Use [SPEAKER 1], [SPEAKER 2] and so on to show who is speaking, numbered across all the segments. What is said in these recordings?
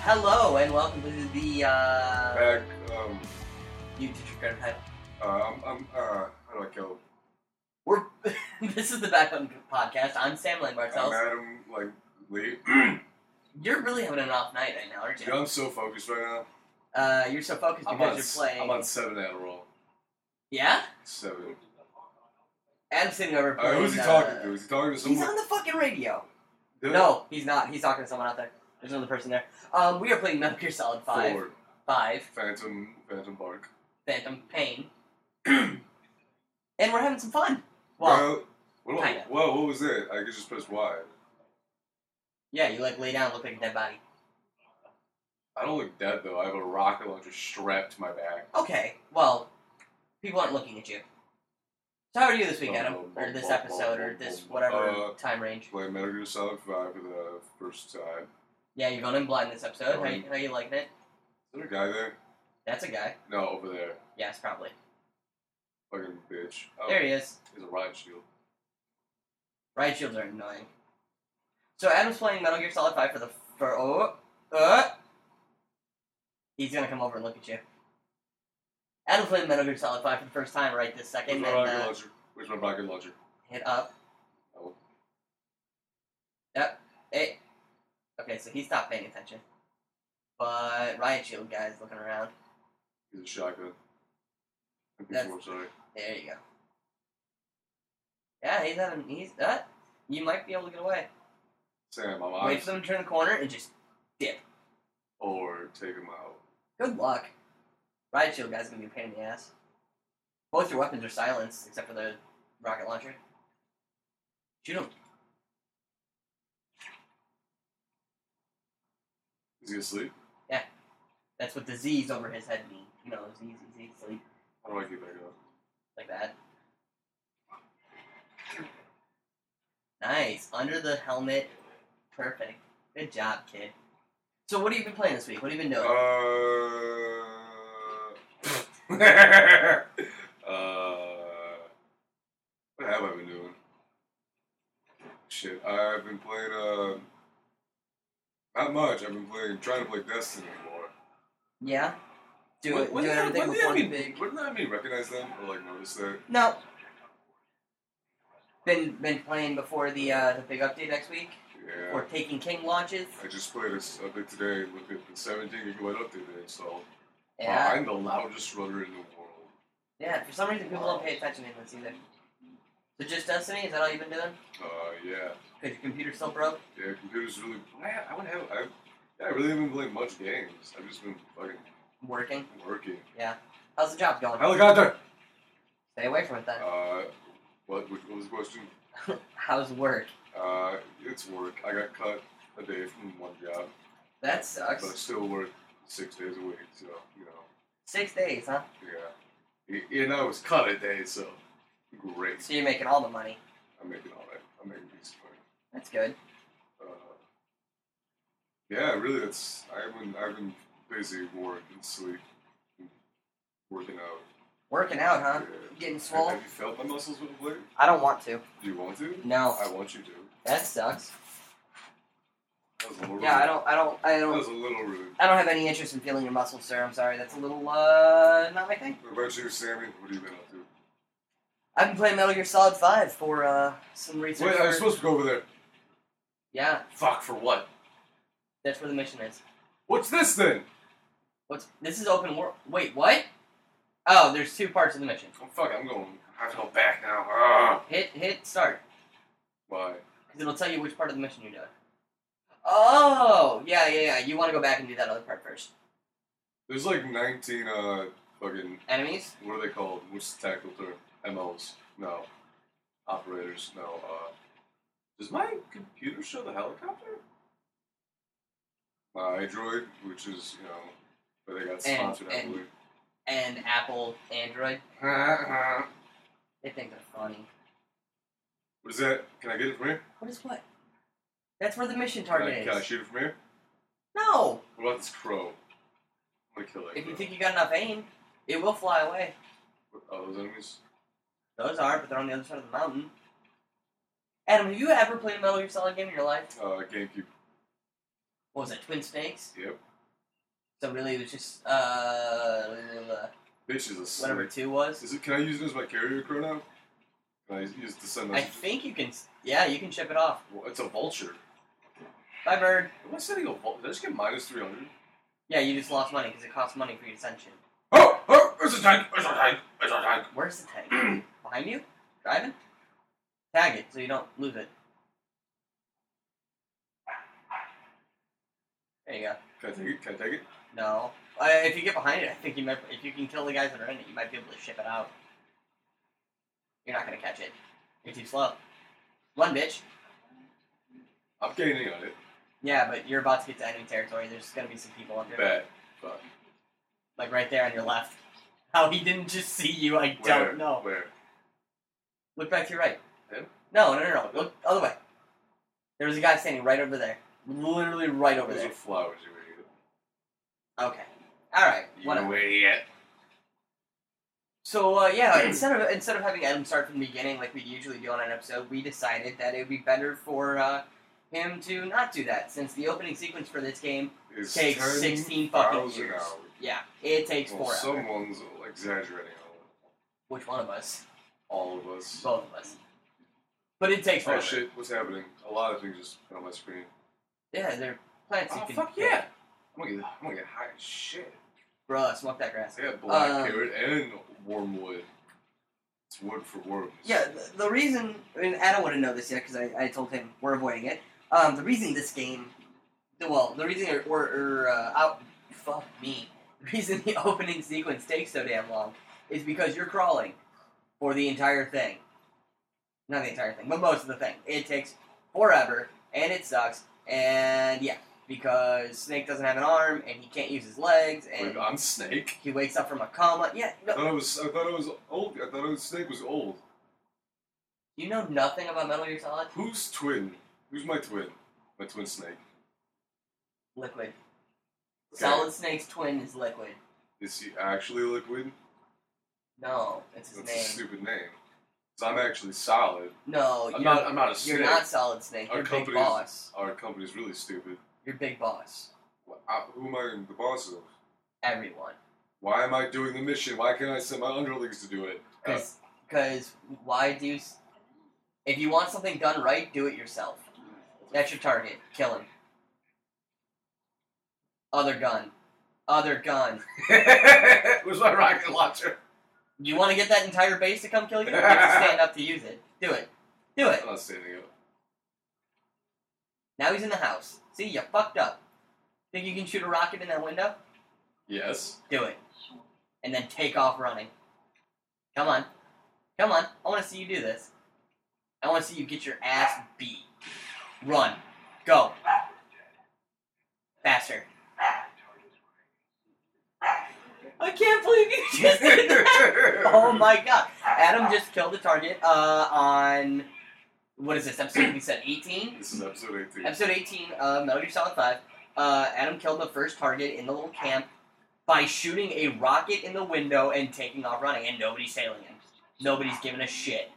[SPEAKER 1] Hello and welcome to the uh,
[SPEAKER 2] Back, um,
[SPEAKER 1] you did your gun
[SPEAKER 2] uh, I'm, I'm, uh, how do I kill?
[SPEAKER 1] We're this is the Back Button Podcast. I'm Sam
[SPEAKER 2] I'm
[SPEAKER 1] Lambartels.
[SPEAKER 2] Adam, like, Lee.
[SPEAKER 1] You're really having an off night right now, aren't you?
[SPEAKER 2] Dude, I'm so focused right now.
[SPEAKER 1] Uh, you're so focused
[SPEAKER 2] I'm
[SPEAKER 1] because
[SPEAKER 2] on,
[SPEAKER 1] you're
[SPEAKER 2] s-
[SPEAKER 1] playing.
[SPEAKER 2] I'm on seven Adderall.
[SPEAKER 1] Yeah,
[SPEAKER 2] Seven.
[SPEAKER 1] Adam's sitting over
[SPEAKER 2] Uh,
[SPEAKER 1] playing.
[SPEAKER 2] who's he
[SPEAKER 1] uh,
[SPEAKER 2] talking to? Is he talking to
[SPEAKER 1] He's
[SPEAKER 2] someone?
[SPEAKER 1] on the fucking radio.
[SPEAKER 2] Did I-
[SPEAKER 1] No, he's not. He's talking to someone out there. There's another person there. Um, we are playing Metal Gear Solid Five.
[SPEAKER 2] Ford.
[SPEAKER 1] Five.
[SPEAKER 2] Phantom, Phantom Bark.
[SPEAKER 1] Phantom Pain. and we're having some fun. Well,
[SPEAKER 2] Uh, what,
[SPEAKER 1] kinda.
[SPEAKER 2] whoa, what was it? I could just press Y.
[SPEAKER 1] yeah, you like lay down, look like a dead body.
[SPEAKER 2] I don't look dead, though. I have a rocket launcher strapped to my back.
[SPEAKER 1] Okay, well, people aren't looking at you. So how are you this week,
[SPEAKER 2] Oh,
[SPEAKER 1] Adam?
[SPEAKER 2] oh,
[SPEAKER 1] Or this
[SPEAKER 2] oh,
[SPEAKER 1] episode,
[SPEAKER 2] oh,
[SPEAKER 1] or
[SPEAKER 2] oh,
[SPEAKER 1] this
[SPEAKER 2] oh,
[SPEAKER 1] whatever
[SPEAKER 2] uh,
[SPEAKER 1] time range?
[SPEAKER 2] Play Metal Gear Solid 5 for the first time.
[SPEAKER 1] Yeah, you're going in blind this episode. How
[SPEAKER 2] going-
[SPEAKER 1] you, how you liking it?
[SPEAKER 2] Is there a guy there?
[SPEAKER 1] That's a guy.
[SPEAKER 2] No, over there.
[SPEAKER 1] Yes, probably.
[SPEAKER 2] Fucking bitch. Oh,
[SPEAKER 1] There he is.
[SPEAKER 2] He's a riot shield.
[SPEAKER 1] Riot shields are annoying. So Adam's playing Metal Gear Solid 5 for the... For... Oh, uh, he's gonna come over and look at you. Adam's playing Metal Gear Solid 5 for the first time right this
[SPEAKER 2] Where's
[SPEAKER 1] second,
[SPEAKER 2] my
[SPEAKER 1] and
[SPEAKER 2] rocket
[SPEAKER 1] uh,
[SPEAKER 2] launcher? Where's my rocket launcher?
[SPEAKER 1] hit up.
[SPEAKER 2] Oh.
[SPEAKER 1] Yep. Hey. Okay, so he stopped paying attention. But Riot Shield guy's looking around.
[SPEAKER 2] He's a shotgun. I'm
[SPEAKER 1] That's-
[SPEAKER 2] so sorry.
[SPEAKER 1] There you go. Yeah, he's having he's uh you might be able to get away.
[SPEAKER 2] Sam, I'm
[SPEAKER 1] Wait
[SPEAKER 2] honest.
[SPEAKER 1] for them to turn the corner and just
[SPEAKER 2] Or take him out.
[SPEAKER 1] good luck. Riot Shield guy's gonna be a pain in the ass. Both your weapons are silenced except for the rocket launcher. Shoot him.
[SPEAKER 2] Is he asleep?
[SPEAKER 1] That's what the Z's over his head mean. You know, Z's, Z's, sleep,
[SPEAKER 2] How do I get back up?
[SPEAKER 1] like that. Nice. Under the helmet. Perfect. Good job, kid. So what have you been playing this week? What have you been doing?
[SPEAKER 2] Uh, uh, what have I been doing? Shit, I've been playing, uh, not much. I've been playing, trying to play Destiny more.
[SPEAKER 1] Yeah. Do
[SPEAKER 2] What-
[SPEAKER 1] it.
[SPEAKER 2] what
[SPEAKER 1] do
[SPEAKER 2] did that-
[SPEAKER 1] everything
[SPEAKER 2] what did
[SPEAKER 1] with
[SPEAKER 2] that
[SPEAKER 1] one
[SPEAKER 2] mean?
[SPEAKER 1] big.
[SPEAKER 2] Wouldn't that mean recognize them or like notice that?
[SPEAKER 1] No. Been been playing before the uh, the big update next week.
[SPEAKER 2] Yeah.
[SPEAKER 1] Or taking king launches.
[SPEAKER 2] I just played a, s- a bit today with the 17 gigabyte update they installed.
[SPEAKER 1] Yeah.
[SPEAKER 2] I'm the loudest runner in the world.
[SPEAKER 1] Yeah. For some reason, people don't pay attention to this either. So just Destiny? Is that all you've been doing?
[SPEAKER 2] Uh, yeah.
[SPEAKER 1] Cause your computer's still broke.
[SPEAKER 2] Yeah, computers really. I, I would have. I, yeah, I really haven't played much games. I've just been fucking
[SPEAKER 1] Working.
[SPEAKER 2] working.
[SPEAKER 1] How's the job
[SPEAKER 2] Oh.
[SPEAKER 1] going?
[SPEAKER 2] Helicopter!
[SPEAKER 1] Stay away from it then.
[SPEAKER 2] Uh, what, what was the question?
[SPEAKER 1] How's work?
[SPEAKER 2] Uh, it's work. I got cut a day from one job,
[SPEAKER 1] That
[SPEAKER 2] but
[SPEAKER 1] sucks.
[SPEAKER 2] I still work six days a week, so, you know,
[SPEAKER 1] Six days, huh?
[SPEAKER 2] yeah. Y- And I was cut a day, so great.
[SPEAKER 1] So you're making all the money.
[SPEAKER 2] I'm making all right. I'm making decent money.
[SPEAKER 1] That's good.
[SPEAKER 2] uh, yeah, really, that's I've been I've been busy with work and sleep, and working out.
[SPEAKER 1] Working out, huh?
[SPEAKER 2] Yeah.
[SPEAKER 1] Getting
[SPEAKER 2] Have,
[SPEAKER 1] swole.
[SPEAKER 2] you felt my muscles with a blade?
[SPEAKER 1] I don't want to.
[SPEAKER 2] Do you want to?
[SPEAKER 1] No.
[SPEAKER 2] I want you to.
[SPEAKER 1] That sucks.
[SPEAKER 2] That was a little
[SPEAKER 1] Yeah, I
[SPEAKER 2] rude.
[SPEAKER 1] don't. I don't. I
[SPEAKER 2] That
[SPEAKER 1] don't.
[SPEAKER 2] was a little rude.
[SPEAKER 1] I don't have any interest in feeling your muscles, sir. I'm sorry. That's a little, uh, not my thing.
[SPEAKER 2] What about you, Sammy? What have you been up to?
[SPEAKER 1] I've been playing Metal Gear Solid 5 for, uh, some research.
[SPEAKER 2] Wait, I was
[SPEAKER 1] for-
[SPEAKER 2] supposed to go over there.
[SPEAKER 1] yeah,
[SPEAKER 2] Fuck for what?
[SPEAKER 1] that's where the mission is.
[SPEAKER 2] What's this then?
[SPEAKER 1] What's, this is open world. Wait, what? Oh, there's two parts of the mission.
[SPEAKER 2] Oh, fuck, I'm going. I have to go back now. Ah.
[SPEAKER 1] Hit, hit, start.
[SPEAKER 2] Why?
[SPEAKER 1] Because it'll tell you which part of the mission you're doing. Oh, yeah, yeah, yeah. You want to go back and do that other part first.
[SPEAKER 2] There's like 19 uh fucking
[SPEAKER 1] Enemies?
[SPEAKER 2] what are they called? What's the tactical term? MLs? No. Operators? No. Uh, does my computer show the helicopter? My iDroid, which is, you know, where they got sponsored, I
[SPEAKER 1] and-
[SPEAKER 2] believe.
[SPEAKER 1] And Apple, Android.
[SPEAKER 2] what
[SPEAKER 1] They think they're funny.
[SPEAKER 2] is that? Can I get it from here?
[SPEAKER 1] What is what? That's where the mission
[SPEAKER 2] Can I,
[SPEAKER 1] target
[SPEAKER 2] can I
[SPEAKER 1] is.
[SPEAKER 2] shoot it from here?
[SPEAKER 1] No!
[SPEAKER 2] What about this crow? I'm gonna kill that
[SPEAKER 1] If you
[SPEAKER 2] crow.
[SPEAKER 1] think you got enough aim, it will fly away.
[SPEAKER 2] What- Oh, those enemies?
[SPEAKER 1] Those are, but they're on the other side of the mountain. Adam, have you ever played a Metal Gear Solid game in your life?
[SPEAKER 2] Uh, GameCube.
[SPEAKER 1] What was it, Twin Snakes?
[SPEAKER 2] Yep.
[SPEAKER 1] So really, it was just uh,
[SPEAKER 2] Bitch is a slut.
[SPEAKER 1] whatever two was.
[SPEAKER 2] Is it, can I use it as my carrier pronoun? Can I use to send
[SPEAKER 1] I
[SPEAKER 2] messages?
[SPEAKER 1] think you can. s- Yeah, you can ship it off.
[SPEAKER 2] Well, it's a vulture.
[SPEAKER 1] Bye, bird.
[SPEAKER 2] Am I sending a vulture? Did I just get minus 300?
[SPEAKER 1] Yeah, you just lost money because it costs money for your ascension.
[SPEAKER 2] Oh! Oh! It's a tank! It's a tank! It's a tank!
[SPEAKER 1] Where's the tank? Behind you? Driving? Tag it so you don't lose it. There you go.
[SPEAKER 2] Can I take it? Can I take it?
[SPEAKER 1] No. Uh, if you get behind it, I think you might. If you can kill the guys that are in it, you might be able to ship it out. You're not gonna catch it. You're too slow. One bitch.
[SPEAKER 2] I'm gaining on it.
[SPEAKER 1] Yeah, but you're about to get to enemy territory. There's gonna be some people up there,
[SPEAKER 2] Bet. Fuck.
[SPEAKER 1] like right there on your left. How he didn't just see you, I
[SPEAKER 2] Where?
[SPEAKER 1] don't know.
[SPEAKER 2] Where?
[SPEAKER 1] Look back to your right.
[SPEAKER 2] Him?
[SPEAKER 1] No, no, no, no. Look other way. There was a guy standing right over there, literally right over
[SPEAKER 2] Those
[SPEAKER 1] there.
[SPEAKER 2] are flowers, you idiot.
[SPEAKER 1] Okay. All right. Whatever.
[SPEAKER 2] You idiot.
[SPEAKER 1] So uh, yeah, instead of instead of having Adam start from the beginning like we usually do on an episode, we decided that it would be better for uh, him to not do that since the opening sequence for this game
[SPEAKER 2] It's
[SPEAKER 1] takes
[SPEAKER 2] 10,000
[SPEAKER 1] sixteen fucking years.
[SPEAKER 2] hours.
[SPEAKER 1] Yeah, it takes
[SPEAKER 2] Well,
[SPEAKER 1] four. hours.
[SPEAKER 2] someone's exaggerating
[SPEAKER 1] Which one of us?
[SPEAKER 2] all, all of us.
[SPEAKER 1] Both of us. But it takes four.
[SPEAKER 2] Oh shit, what's happening? A lot of things just on my screen.
[SPEAKER 1] Yeah, they're plants
[SPEAKER 2] Oh,
[SPEAKER 1] you can.
[SPEAKER 2] I'm gonna get, I'm gonna get high as shit.
[SPEAKER 1] Bruh, smoke that grass.
[SPEAKER 2] I got black
[SPEAKER 1] Um,
[SPEAKER 2] carrot and wormwood. It's wood for worms.
[SPEAKER 1] Yeah, the, the reason, I mean, Adam wouldn't know this yet because I, I told him we're avoiding it. Um, the reason this game, the- well, the reason or, or uh, out, fuck me, the reason the opening sequence takes so damn long is because you're crawling for the entire thing. Not the entire thing, but most of the thing. It takes forever and it sucks. And yeah, because Snake doesn't have an arm and he can't use his legs and
[SPEAKER 2] Like on Snake.
[SPEAKER 1] he wakes up from a coma. Yeah,
[SPEAKER 2] I
[SPEAKER 1] no,
[SPEAKER 2] thought it was. I thought it was old. I thought it was, Snake was old.
[SPEAKER 1] you know nothing about Metal Gear Solid.
[SPEAKER 2] Who's twin? Who's my twin? My twin Snake.
[SPEAKER 1] Liquid.
[SPEAKER 2] Okay.
[SPEAKER 1] Solid Snake's twin is Liquid.
[SPEAKER 2] Is he actually liquid?
[SPEAKER 1] No, it's his
[SPEAKER 2] That's a
[SPEAKER 1] name.
[SPEAKER 2] stupid name. Cause I'm actually solid.
[SPEAKER 1] No,
[SPEAKER 2] I'm
[SPEAKER 1] Oh, you're,
[SPEAKER 2] not. I'm not a snake.
[SPEAKER 1] you're not Solid Snake.
[SPEAKER 2] Our
[SPEAKER 1] You're Big
[SPEAKER 2] company's-
[SPEAKER 1] Boss.
[SPEAKER 2] Our company's really stupid.
[SPEAKER 1] You're Big Boss.
[SPEAKER 2] Wh- I- who am I the boss of?
[SPEAKER 1] Everyone.
[SPEAKER 2] Why am I doing the mission? Why can't I send my underlings to do it? Uh,
[SPEAKER 1] Because why do... s- If you want something done right, do it yourself. That's your target. Kill him. Other gun. Other gun.
[SPEAKER 2] Where's my rocket launcher?
[SPEAKER 1] You want to get that entire base to come kill you? You have to stand up to use it. Do it. Do it.
[SPEAKER 2] I'm not standing up.
[SPEAKER 1] Now he's in the house. See, you fucked up. Think you can shoot a rocket in that window?
[SPEAKER 2] Yes.
[SPEAKER 1] Do it. And then take off running. Come on. Come on. I want to see you do this. I want to see you get your ass beat. Run. Go. Faster. I can't believe you just did that. Oh my god. Adam just killed the target uh, on. What is this? Episode we said 18?
[SPEAKER 2] This is episode 18.
[SPEAKER 1] Episode 18 of Metal Gear Solid 5. Uh, Adam killed the first target in the little camp by shooting a rocket in the window and taking off running, and nobody's tailing him. Nobody's giving a shit.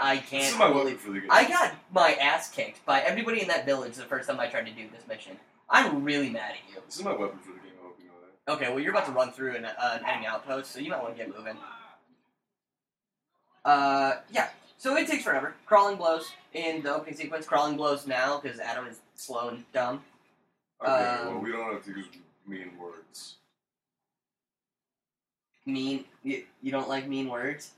[SPEAKER 1] I can't
[SPEAKER 2] This is my
[SPEAKER 1] believe
[SPEAKER 2] weapon for the game.
[SPEAKER 1] I got my ass kicked by everybody in that village the first time I tried to do this mission. I'm really mad at you.
[SPEAKER 2] This is my weapon for the game. I hope you know that.
[SPEAKER 1] Okay, well, you're about to run through an, uh, an enemy outpost, so you might want to get moving. Uh, yeah. So it takes forever. Crawling blows in the opening sequence. Crawling blows now because Adam is slow and dumb.
[SPEAKER 2] Okay,
[SPEAKER 1] Um,
[SPEAKER 2] well, we don't have to use mean words.
[SPEAKER 1] Mean. You, you don't like mean words.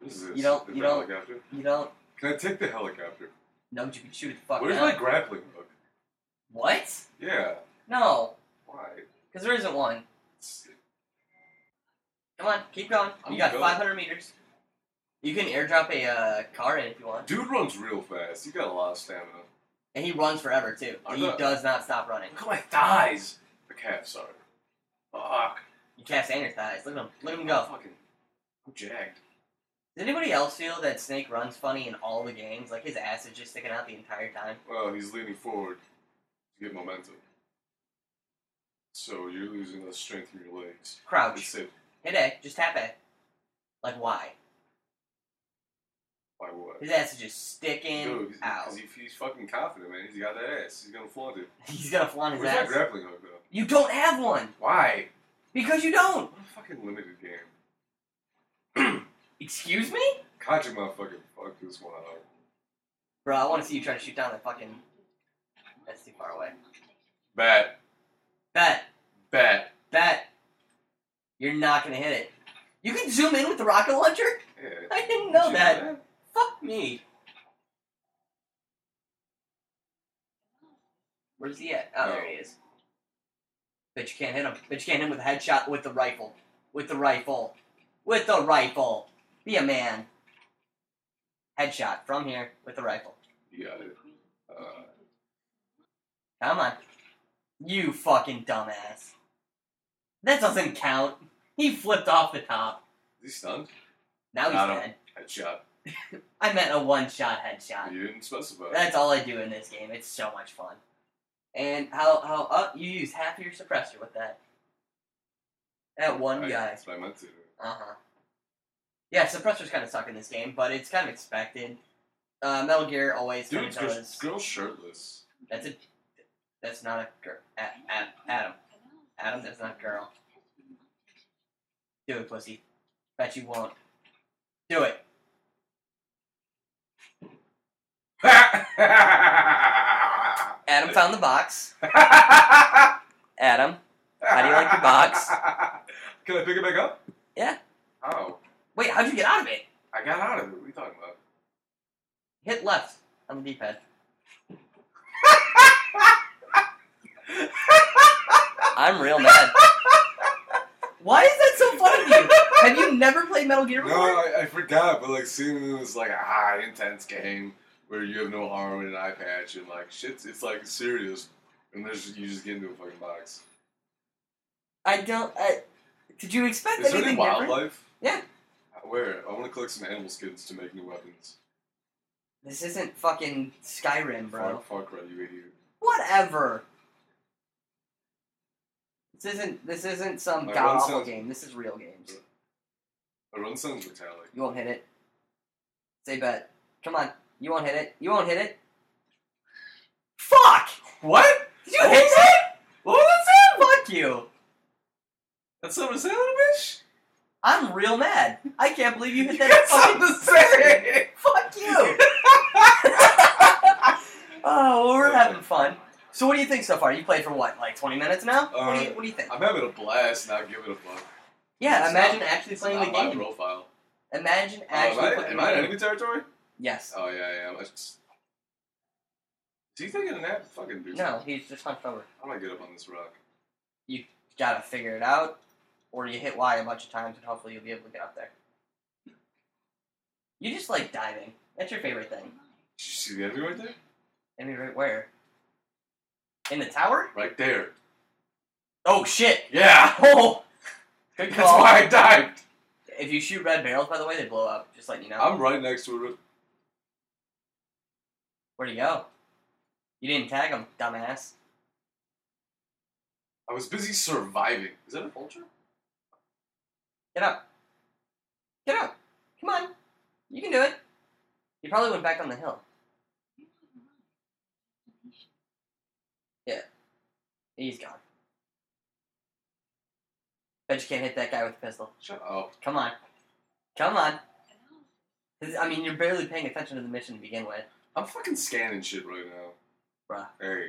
[SPEAKER 2] What is this?
[SPEAKER 1] You don't-
[SPEAKER 2] The
[SPEAKER 1] you don't-
[SPEAKER 2] helicopter?
[SPEAKER 1] You don't.
[SPEAKER 2] Can I take the helicopter?
[SPEAKER 1] No, but you can shoot the fuck
[SPEAKER 2] Where's
[SPEAKER 1] down.
[SPEAKER 2] my grappling hook?
[SPEAKER 1] What?
[SPEAKER 2] Yeah.
[SPEAKER 1] No,
[SPEAKER 2] Why?
[SPEAKER 1] because there isn't one.
[SPEAKER 2] It's-
[SPEAKER 1] Come on, keep going.
[SPEAKER 2] I'm
[SPEAKER 1] You got
[SPEAKER 2] going.
[SPEAKER 1] 500 meters. You can airdrop a uh, car in if you want,
[SPEAKER 2] Dude runs real fast. You got a lot of stamina.
[SPEAKER 1] and he runs forever too.
[SPEAKER 2] I'm
[SPEAKER 1] he
[SPEAKER 2] not-
[SPEAKER 1] does not stop running.
[SPEAKER 2] Look at my thighs. The calves, sorry. Fuck.
[SPEAKER 1] You cast and your thighs. Look at him. Look at him go.
[SPEAKER 2] I'm fucking. I'm jagged.
[SPEAKER 1] Does anybody else feel that Snake runs funny in all the games? Like his ass is just sticking out the entire time.
[SPEAKER 2] Well, he's leaning forward to get momentum. So you're losing the strength in your legs.
[SPEAKER 1] Crouch.
[SPEAKER 2] That's it.
[SPEAKER 1] Hit A. Just tap A. Like why?
[SPEAKER 2] By what?
[SPEAKER 1] His ass is just sticking
[SPEAKER 2] Dude, he's-
[SPEAKER 1] Wow.
[SPEAKER 2] Because he, he's fucking confident, man. He's got that ass. He's gonna flaunt it.
[SPEAKER 1] He's gonna flaunt his
[SPEAKER 2] Where's that
[SPEAKER 1] ass.
[SPEAKER 2] grappling hook though?
[SPEAKER 1] You don't have one
[SPEAKER 2] Why?
[SPEAKER 1] because you don't.
[SPEAKER 2] What a fucking limited game.
[SPEAKER 1] Excuse me,
[SPEAKER 2] Kajima fucking fucked this one up.
[SPEAKER 1] bro. I want to see you try to shoot down that fucking. That's too far away.
[SPEAKER 2] Bet.
[SPEAKER 1] Bet,
[SPEAKER 2] Bet.
[SPEAKER 1] bet. You're not gonna hit it. You can zoom in with the rocket launcher.
[SPEAKER 2] Yeah.
[SPEAKER 1] I didn't
[SPEAKER 2] Did
[SPEAKER 1] know
[SPEAKER 2] you
[SPEAKER 1] that. Fuck me. Where's he at? Oh, there he is. Bet you can't hit him. Bet you can't hit him with a headshot with the rifle. With the rifle. With the rifle. Be a man. Headshot from here with the rifle.
[SPEAKER 2] You got it. Uh,
[SPEAKER 1] Come on. You fucking dumbass. That doesn't count. He flipped off the top.
[SPEAKER 2] is he stunned?
[SPEAKER 1] Now he's
[SPEAKER 2] Got him.
[SPEAKER 1] dead.
[SPEAKER 2] Headshot.
[SPEAKER 1] I meant a one shot headshot.
[SPEAKER 2] You didn't specify.
[SPEAKER 1] That's all I do in this game. It's so much fun. And how how up you use half your suppressor with that. That one
[SPEAKER 2] I-
[SPEAKER 1] guy.
[SPEAKER 2] That's what I meant to.
[SPEAKER 1] Uh huh. Yeah, suppressors kind of suck in this game, but it's kind of expected. Uh, Metal Gear always kind
[SPEAKER 2] Dude,
[SPEAKER 1] of
[SPEAKER 2] girl,
[SPEAKER 1] does.
[SPEAKER 2] girl shirtless.
[SPEAKER 1] That's a. That's not a girl. A, a, Adam. Adam, that's not a girl. Do it, pussy. Bet you won't. Do it. Adam found the box.
[SPEAKER 2] How
[SPEAKER 1] Adam. do you like the box?
[SPEAKER 2] Can I pick it back up?
[SPEAKER 1] Yeah.
[SPEAKER 2] Oh,
[SPEAKER 1] Wait, how'd you get out of it?
[SPEAKER 2] I got out of it. What are you talking about?
[SPEAKER 1] Hit left on the D-pad. I'm real mad. Why is that so funny? to you? Have you never played Metal Gear
[SPEAKER 2] No,
[SPEAKER 1] before?
[SPEAKER 2] I, I forgot, but like seeing it was like a high intense game where you have no arm and an eye patch and like shit's it's like serious and there's you just get into a fucking box.
[SPEAKER 1] I don't. I, did you expect
[SPEAKER 2] Is there any
[SPEAKER 1] anything different?
[SPEAKER 2] wildlife?
[SPEAKER 1] Yeah.
[SPEAKER 2] Where? I wanna collect some animal skins to make new weapons.
[SPEAKER 1] This isn't fucking Skyrim, bro.
[SPEAKER 2] Fuck fuck right, you idiot.
[SPEAKER 1] Whatever. This isn't. This isn't some
[SPEAKER 2] My
[SPEAKER 1] god
[SPEAKER 2] one
[SPEAKER 1] awful
[SPEAKER 2] sounds-
[SPEAKER 1] game. This is real games.
[SPEAKER 2] The run sounds metallic.
[SPEAKER 1] You won't hit it. Say bet. Come on. You won't hit it. You won't hit it. Fuck!
[SPEAKER 2] What?
[SPEAKER 1] Did you hit that? What was that? Fuck you!
[SPEAKER 2] That's something to say, little bitch?
[SPEAKER 1] I'm real mad. I can't believe you hit that
[SPEAKER 2] That's
[SPEAKER 1] fucking
[SPEAKER 2] something to say!
[SPEAKER 1] Fuck you! oh, well, we're having fun. So, what do you think so far? You played for what, like 20 minutes now? what, do you,
[SPEAKER 2] Uh,
[SPEAKER 1] what do you think?
[SPEAKER 2] I'm having a blast, not giving a fuck.
[SPEAKER 1] yeah,
[SPEAKER 2] it's
[SPEAKER 1] imagine
[SPEAKER 2] not-
[SPEAKER 1] actually
[SPEAKER 2] It's
[SPEAKER 1] playing
[SPEAKER 2] not
[SPEAKER 1] the
[SPEAKER 2] my
[SPEAKER 1] game.
[SPEAKER 2] profile.
[SPEAKER 1] Imagine
[SPEAKER 2] Oh, am
[SPEAKER 1] actually
[SPEAKER 2] I,
[SPEAKER 1] playing
[SPEAKER 2] am
[SPEAKER 1] the
[SPEAKER 2] I in
[SPEAKER 1] game.
[SPEAKER 2] enemy territory?
[SPEAKER 1] Yes.
[SPEAKER 2] Oh yeah, yeah. I'm, I just... Is he taking a nap? Fucking dude.
[SPEAKER 1] No, he's just hunched over.
[SPEAKER 2] I'm gonna get up on this rock.
[SPEAKER 1] Gotta figure it out, or you hit Y a bunch of times and hopefully you'll be able to get up there. You just like diving. That's your favorite thing.
[SPEAKER 2] Did you see the enemy right there?
[SPEAKER 1] I mean, right where? In the tower?
[SPEAKER 2] Right there.
[SPEAKER 1] Oh shit!
[SPEAKER 2] Yeah.
[SPEAKER 1] Oh, good
[SPEAKER 2] That's
[SPEAKER 1] call.
[SPEAKER 2] why I died.
[SPEAKER 1] If you shoot red barrels, by the way, they blow up. Just letting you know.
[SPEAKER 2] I'm right next to it.
[SPEAKER 1] Where'd he go? You didn't tag him, dumbass.
[SPEAKER 2] I was busy surviving. Is that a vulture?
[SPEAKER 1] Get up. Get up. Come on. You can do it. He probably went back on the hill. Yeah. He's gone. Bet you can't hit that guy with a pistol.
[SPEAKER 2] Shut up.
[SPEAKER 1] Come on. Come on. This- I mean, you're barely paying attention to the mission to begin with.
[SPEAKER 2] I'm fucking scanning shit right now.
[SPEAKER 1] Bruh.
[SPEAKER 2] Hey.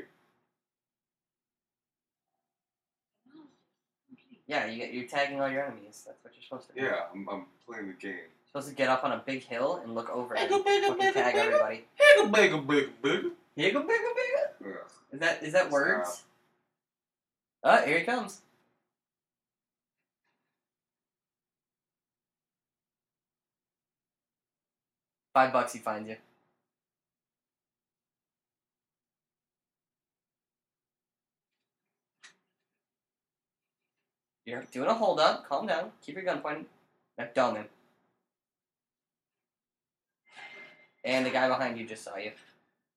[SPEAKER 1] Yeah, you get, you're tagging all your enemies. That's what you're supposed to do.
[SPEAKER 2] Yeah, I'm, I'm playing the game.
[SPEAKER 1] Supposed to get up on a big hill and look over and
[SPEAKER 2] Biggle, biggle,
[SPEAKER 1] fucking tag
[SPEAKER 2] biggle,
[SPEAKER 1] everybody.
[SPEAKER 2] Biggle, biggle, biggle, biggle.
[SPEAKER 1] Higgle, biggle, biggle.
[SPEAKER 2] Ugh.
[SPEAKER 1] Is that is that
[SPEAKER 2] Stop.
[SPEAKER 1] words? Oh, here he comes. Five bucks, he finds you. You're doing a hold up. Calm down. Keep your gun pointed. Now down him. And the guy behind you just saw you.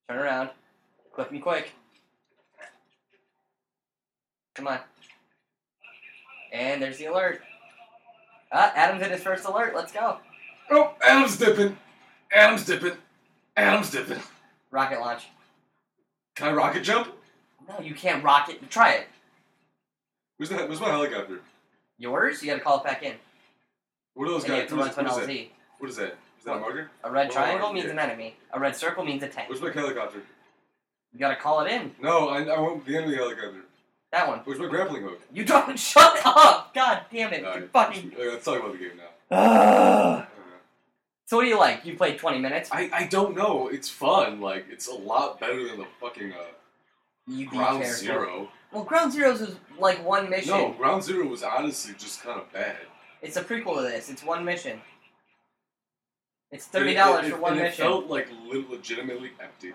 [SPEAKER 1] Turn around. Clip him quick. Come on. And there's the alert. Ah, Adam did his first alert. Let's go.
[SPEAKER 2] Oh, Adam's dipping. Adam's dipping. Adam's dipping.
[SPEAKER 1] Rocket launch.
[SPEAKER 2] Can I rocket jump?
[SPEAKER 1] No, you can't rocket. Try it.
[SPEAKER 2] Where's that? Where's my helicopter?
[SPEAKER 1] Yours? You gotta call it back in.
[SPEAKER 2] What are those
[SPEAKER 1] And you
[SPEAKER 2] guys?
[SPEAKER 1] have to
[SPEAKER 2] What
[SPEAKER 1] run
[SPEAKER 2] is,
[SPEAKER 1] to an
[SPEAKER 2] what is that?
[SPEAKER 1] LZ.
[SPEAKER 2] What is that? Is that a marker?
[SPEAKER 1] A red
[SPEAKER 2] Oh,
[SPEAKER 1] triangle means
[SPEAKER 2] yeah.
[SPEAKER 1] an enemy. A red circle means a tank.
[SPEAKER 2] Where's my helicopter?
[SPEAKER 1] You gotta call it in.
[SPEAKER 2] No, I, I want the enemy helicopter.
[SPEAKER 1] That one.
[SPEAKER 2] Where's my grappling hook?
[SPEAKER 1] You don't shut up! God damn it!
[SPEAKER 2] All
[SPEAKER 1] You
[SPEAKER 2] right.
[SPEAKER 1] fucking.
[SPEAKER 2] Okay, let's talk about the game now.
[SPEAKER 1] Ugh.
[SPEAKER 2] Uh,
[SPEAKER 1] So what do you like? You played 20 minutes.
[SPEAKER 2] I, I don't know. It's fun. Like it's a lot better than the fucking uh,
[SPEAKER 1] You be
[SPEAKER 2] Ground
[SPEAKER 1] careful.
[SPEAKER 2] Zero.
[SPEAKER 1] Well, Ground Zeroes is like one mission.
[SPEAKER 2] No, Ground Zero was honestly just kind of bad.
[SPEAKER 1] It's a prequel to this. It's one mission. It's
[SPEAKER 2] It-
[SPEAKER 1] thirty
[SPEAKER 2] it-
[SPEAKER 1] dollars
[SPEAKER 2] it-
[SPEAKER 1] for one
[SPEAKER 2] and
[SPEAKER 1] mission.
[SPEAKER 2] It felt like lit- legitimately empty.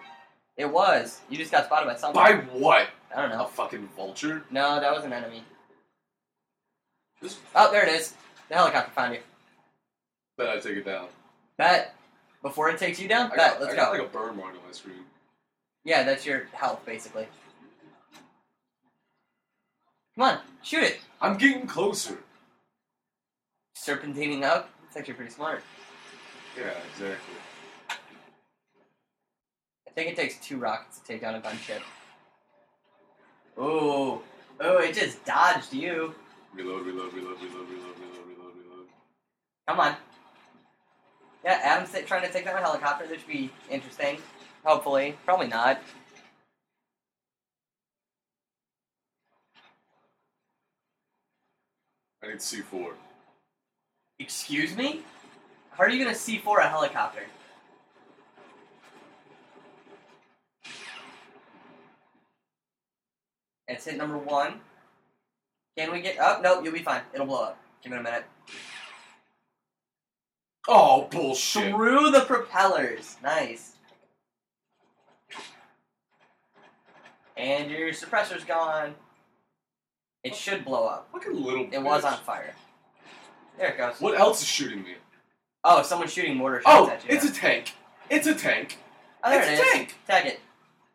[SPEAKER 1] It was. You just got spotted by something.
[SPEAKER 2] By what?
[SPEAKER 1] I don't
[SPEAKER 2] A
[SPEAKER 1] know.
[SPEAKER 2] fucking vulture?
[SPEAKER 1] No, that was an enemy.
[SPEAKER 2] This
[SPEAKER 1] Oh, there it is. The helicopter found you.
[SPEAKER 2] bet I take it down.
[SPEAKER 1] Bet. Before it takes you down,
[SPEAKER 2] I
[SPEAKER 1] bet.
[SPEAKER 2] got,
[SPEAKER 1] Let's
[SPEAKER 2] I
[SPEAKER 1] go.
[SPEAKER 2] got like a burn mark on my screen.
[SPEAKER 1] yeah, that's your health, basically. Come on, shoot it.
[SPEAKER 2] I'm getting closer.
[SPEAKER 1] Serpentining up. It's actually pretty smart.
[SPEAKER 2] Yeah, exactly.
[SPEAKER 1] I think it takes two rockets to take down a gunship. Ooh. Oh, it just dodged you.
[SPEAKER 2] Reload, reload, reload, reload, reload, reload, reload, reload.
[SPEAKER 1] Come on. Yeah, Adam's t- trying to take down a helicopter. This should be interesting. Hopefully. Probably not.
[SPEAKER 2] I need C4.
[SPEAKER 1] Excuse me? How are you going to C4 a helicopter? That's hit number one. Can we get up? nope, you'll be fine. It'll blow up. Give it a minute.
[SPEAKER 2] Oh bullshit!
[SPEAKER 1] Through the propellers. Nice. And your suppressor's gone. It should blow up.
[SPEAKER 2] Fucking little.
[SPEAKER 1] It was
[SPEAKER 2] bitch.
[SPEAKER 1] on fire. There it goes.
[SPEAKER 2] What else is shooting me?
[SPEAKER 1] Oh, someone's shooting mortar shots
[SPEAKER 2] Oh,
[SPEAKER 1] at you.
[SPEAKER 2] it's a tank. It's a tank.
[SPEAKER 1] oh, there
[SPEAKER 2] it's
[SPEAKER 1] it
[SPEAKER 2] a
[SPEAKER 1] is.
[SPEAKER 2] tank.
[SPEAKER 1] Tag it.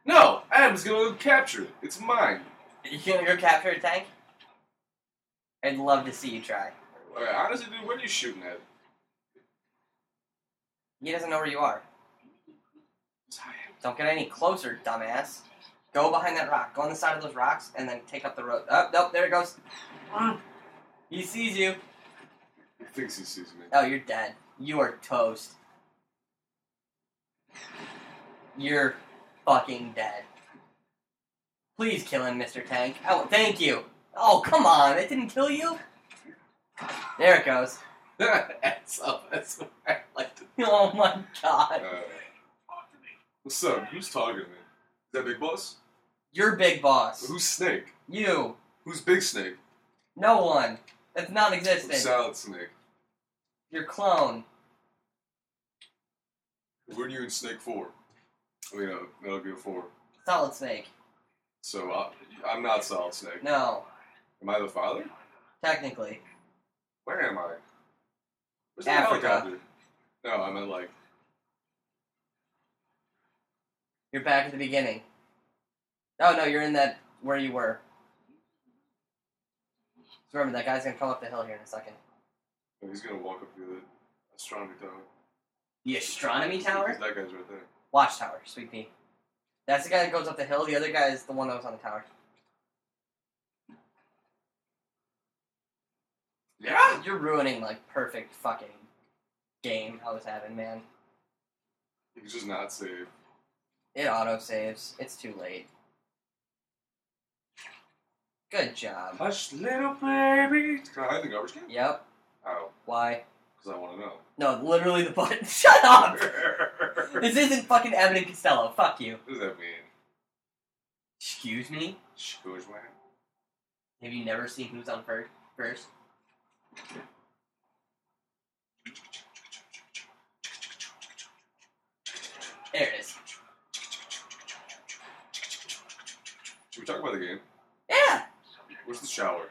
[SPEAKER 2] No, Adam's gonna go capture it. It's mine.
[SPEAKER 1] You gonna go capture a tank? I'd love to see you try.
[SPEAKER 2] Alright, honestly, dude, what are you shooting at?
[SPEAKER 1] He doesn't know where you are.
[SPEAKER 2] Sorry.
[SPEAKER 1] Don't get any closer, dumbass. Go behind that rock. Go on the side of those rocks and then take up the road. Oh, nope, there it goes.
[SPEAKER 2] Ah.
[SPEAKER 1] Mm. He sees you.
[SPEAKER 2] He thinks he sees me.
[SPEAKER 1] Oh, you're dead. You are toast. You're fucking dead. Please kill him, Mr. Tank. Oh, thank you. Oh, come on. It didn't kill you? There it goes.
[SPEAKER 2] that's up. That's what I like to.
[SPEAKER 1] Oh my god.
[SPEAKER 2] Uh, what's up? Who's talking to me? Is that Big Boss?
[SPEAKER 1] You're big boss.
[SPEAKER 2] Who's Snake?
[SPEAKER 1] You.
[SPEAKER 2] Who's Big Snake?
[SPEAKER 1] No one. That's non existent.
[SPEAKER 2] Salad Snake.
[SPEAKER 1] Your clone.
[SPEAKER 2] Where are you in Snake 4? I mean, uh, Metal Gear 4.
[SPEAKER 1] Solid Snake.
[SPEAKER 2] So uh, I'm not Solid Snake.
[SPEAKER 1] No.
[SPEAKER 2] Am I the father?
[SPEAKER 1] Technically.
[SPEAKER 2] Where am I? Where's that
[SPEAKER 1] Africa.
[SPEAKER 2] helicopter? No, I meant like.
[SPEAKER 1] You're back at the beginning. Oh no, you're in that where you were. So remember that guy's gonna come up the hill here in a second.
[SPEAKER 2] He's gonna walk up through the astronomy tower.
[SPEAKER 1] The astronomy tower?
[SPEAKER 2] That guy's right there.
[SPEAKER 1] Watchtower, sweet pea. That's the guy that goes up the hill, the other guy is the one that was on the tower.
[SPEAKER 2] Yeah.
[SPEAKER 1] You're ruining like perfect fucking game I was having, man.
[SPEAKER 2] You can just not save.
[SPEAKER 1] It auto saves. It's too late. Good job.
[SPEAKER 2] Hush, little baby. Can I hide in the garbage can?
[SPEAKER 1] Yep.
[SPEAKER 2] Oh,
[SPEAKER 1] Why?
[SPEAKER 2] because I want to know.
[SPEAKER 1] No, literally the button. Shut up!
[SPEAKER 2] what
[SPEAKER 1] This isn't fucking Evan and Costello. Fuck you.
[SPEAKER 2] does that mean?
[SPEAKER 1] Excuse me?
[SPEAKER 2] Shush, man.
[SPEAKER 1] Have you never seen who's on fir- first? There it is.
[SPEAKER 2] Should we talk about the game?
[SPEAKER 1] Yeah!
[SPEAKER 2] Where's the shower?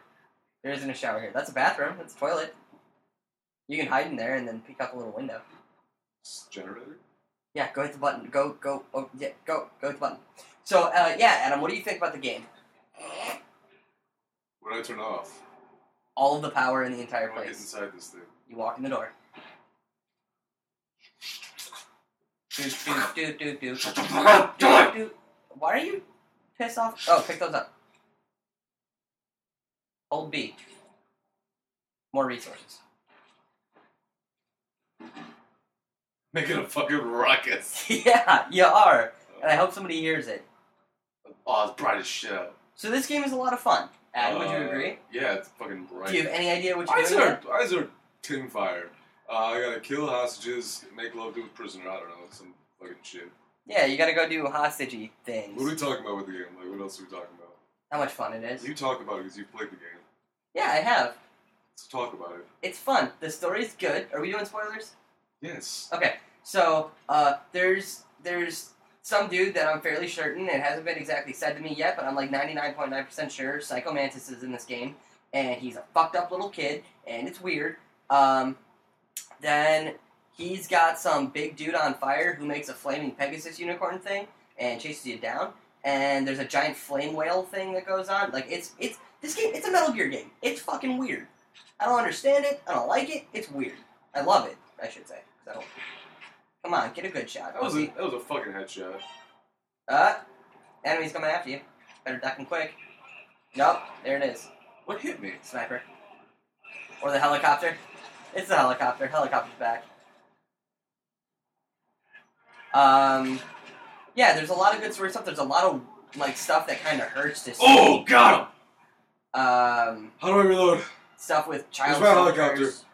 [SPEAKER 1] There isn't a shower here. That's a bathroom. That's a toilet. You can hide in there and then peek out the little window.
[SPEAKER 2] S- Generator?
[SPEAKER 1] Yeah, go hit the button. Go, go, oh, yeah, go, go hit the button. So, uh, yeah, Adam, what do you think about the game?
[SPEAKER 2] What did I turn off?
[SPEAKER 1] All of the power in the entire
[SPEAKER 2] How do I get
[SPEAKER 1] place.
[SPEAKER 2] inside this thing?
[SPEAKER 1] You walk in the door. Do, do, do, do, do.
[SPEAKER 2] Shut the fuck up! Do it!
[SPEAKER 1] do. Why are you pissed off? Oh, pick those up. Hold B. More resources.
[SPEAKER 2] Making a fucking ruckus.
[SPEAKER 1] yeah, you are. And I hope somebody hears it.
[SPEAKER 2] Oh, it's bright as shit out.
[SPEAKER 1] So this game is a lot of fun. Ad, would you
[SPEAKER 2] Uh,
[SPEAKER 1] agree?
[SPEAKER 2] Yeah, it's fucking bright.
[SPEAKER 1] Do you have any idea what
[SPEAKER 2] Why
[SPEAKER 1] you're
[SPEAKER 2] is
[SPEAKER 1] doing?
[SPEAKER 2] there,
[SPEAKER 1] yet?
[SPEAKER 2] why is there tin fire? Uh, I gotta kill hostages, make love to a prisoner. I don't know, some fucking shit.
[SPEAKER 1] Yeah, you gotta go do hostagey
[SPEAKER 2] What are we
[SPEAKER 1] things.
[SPEAKER 2] talking about with the game? Like, what else are we talking about?
[SPEAKER 1] How much fun it is.
[SPEAKER 2] You talk about it because you played the game.
[SPEAKER 1] Yeah, I have.
[SPEAKER 2] Let's talk about it.
[SPEAKER 1] It's fun. The story's good. Are we doing spoilers?
[SPEAKER 2] Yes.
[SPEAKER 1] Okay, so uh, there's there's some dude that I'm fairly certain it hasn't been exactly said to me yet, but I'm like 99.9% sure Psycho Mantis is in this game, and he's a fucked up little kid, and it's weird. Um, then he's got some big dude on fire who makes a flaming Pegasus unicorn thing and chases you down. And there's a giant flame whale thing that goes on. Like it's it's this game. It's a Metal Gear game. It's fucking weird. I don't understand it. I don't like it. It's weird. I love it. I should say. 'cause I don't. Come on, get a good shot.
[SPEAKER 2] That was a
[SPEAKER 1] pussy.
[SPEAKER 2] that was a fucking headshot.
[SPEAKER 1] Uh, enemy's coming after you. Better duck and quick. Nope, there it is.
[SPEAKER 2] What hit me?
[SPEAKER 1] Sniper. Or the helicopter. It's the helicopter. Helicopter's back. Um, yeah, there's a lot of good story stuff. There's a lot of like stuff that kind of hurts to see.
[SPEAKER 2] Oh, got him!
[SPEAKER 1] Um,
[SPEAKER 2] How do I reload?
[SPEAKER 1] stuff with child.
[SPEAKER 2] Where's my
[SPEAKER 1] soldiers.
[SPEAKER 2] helicopter?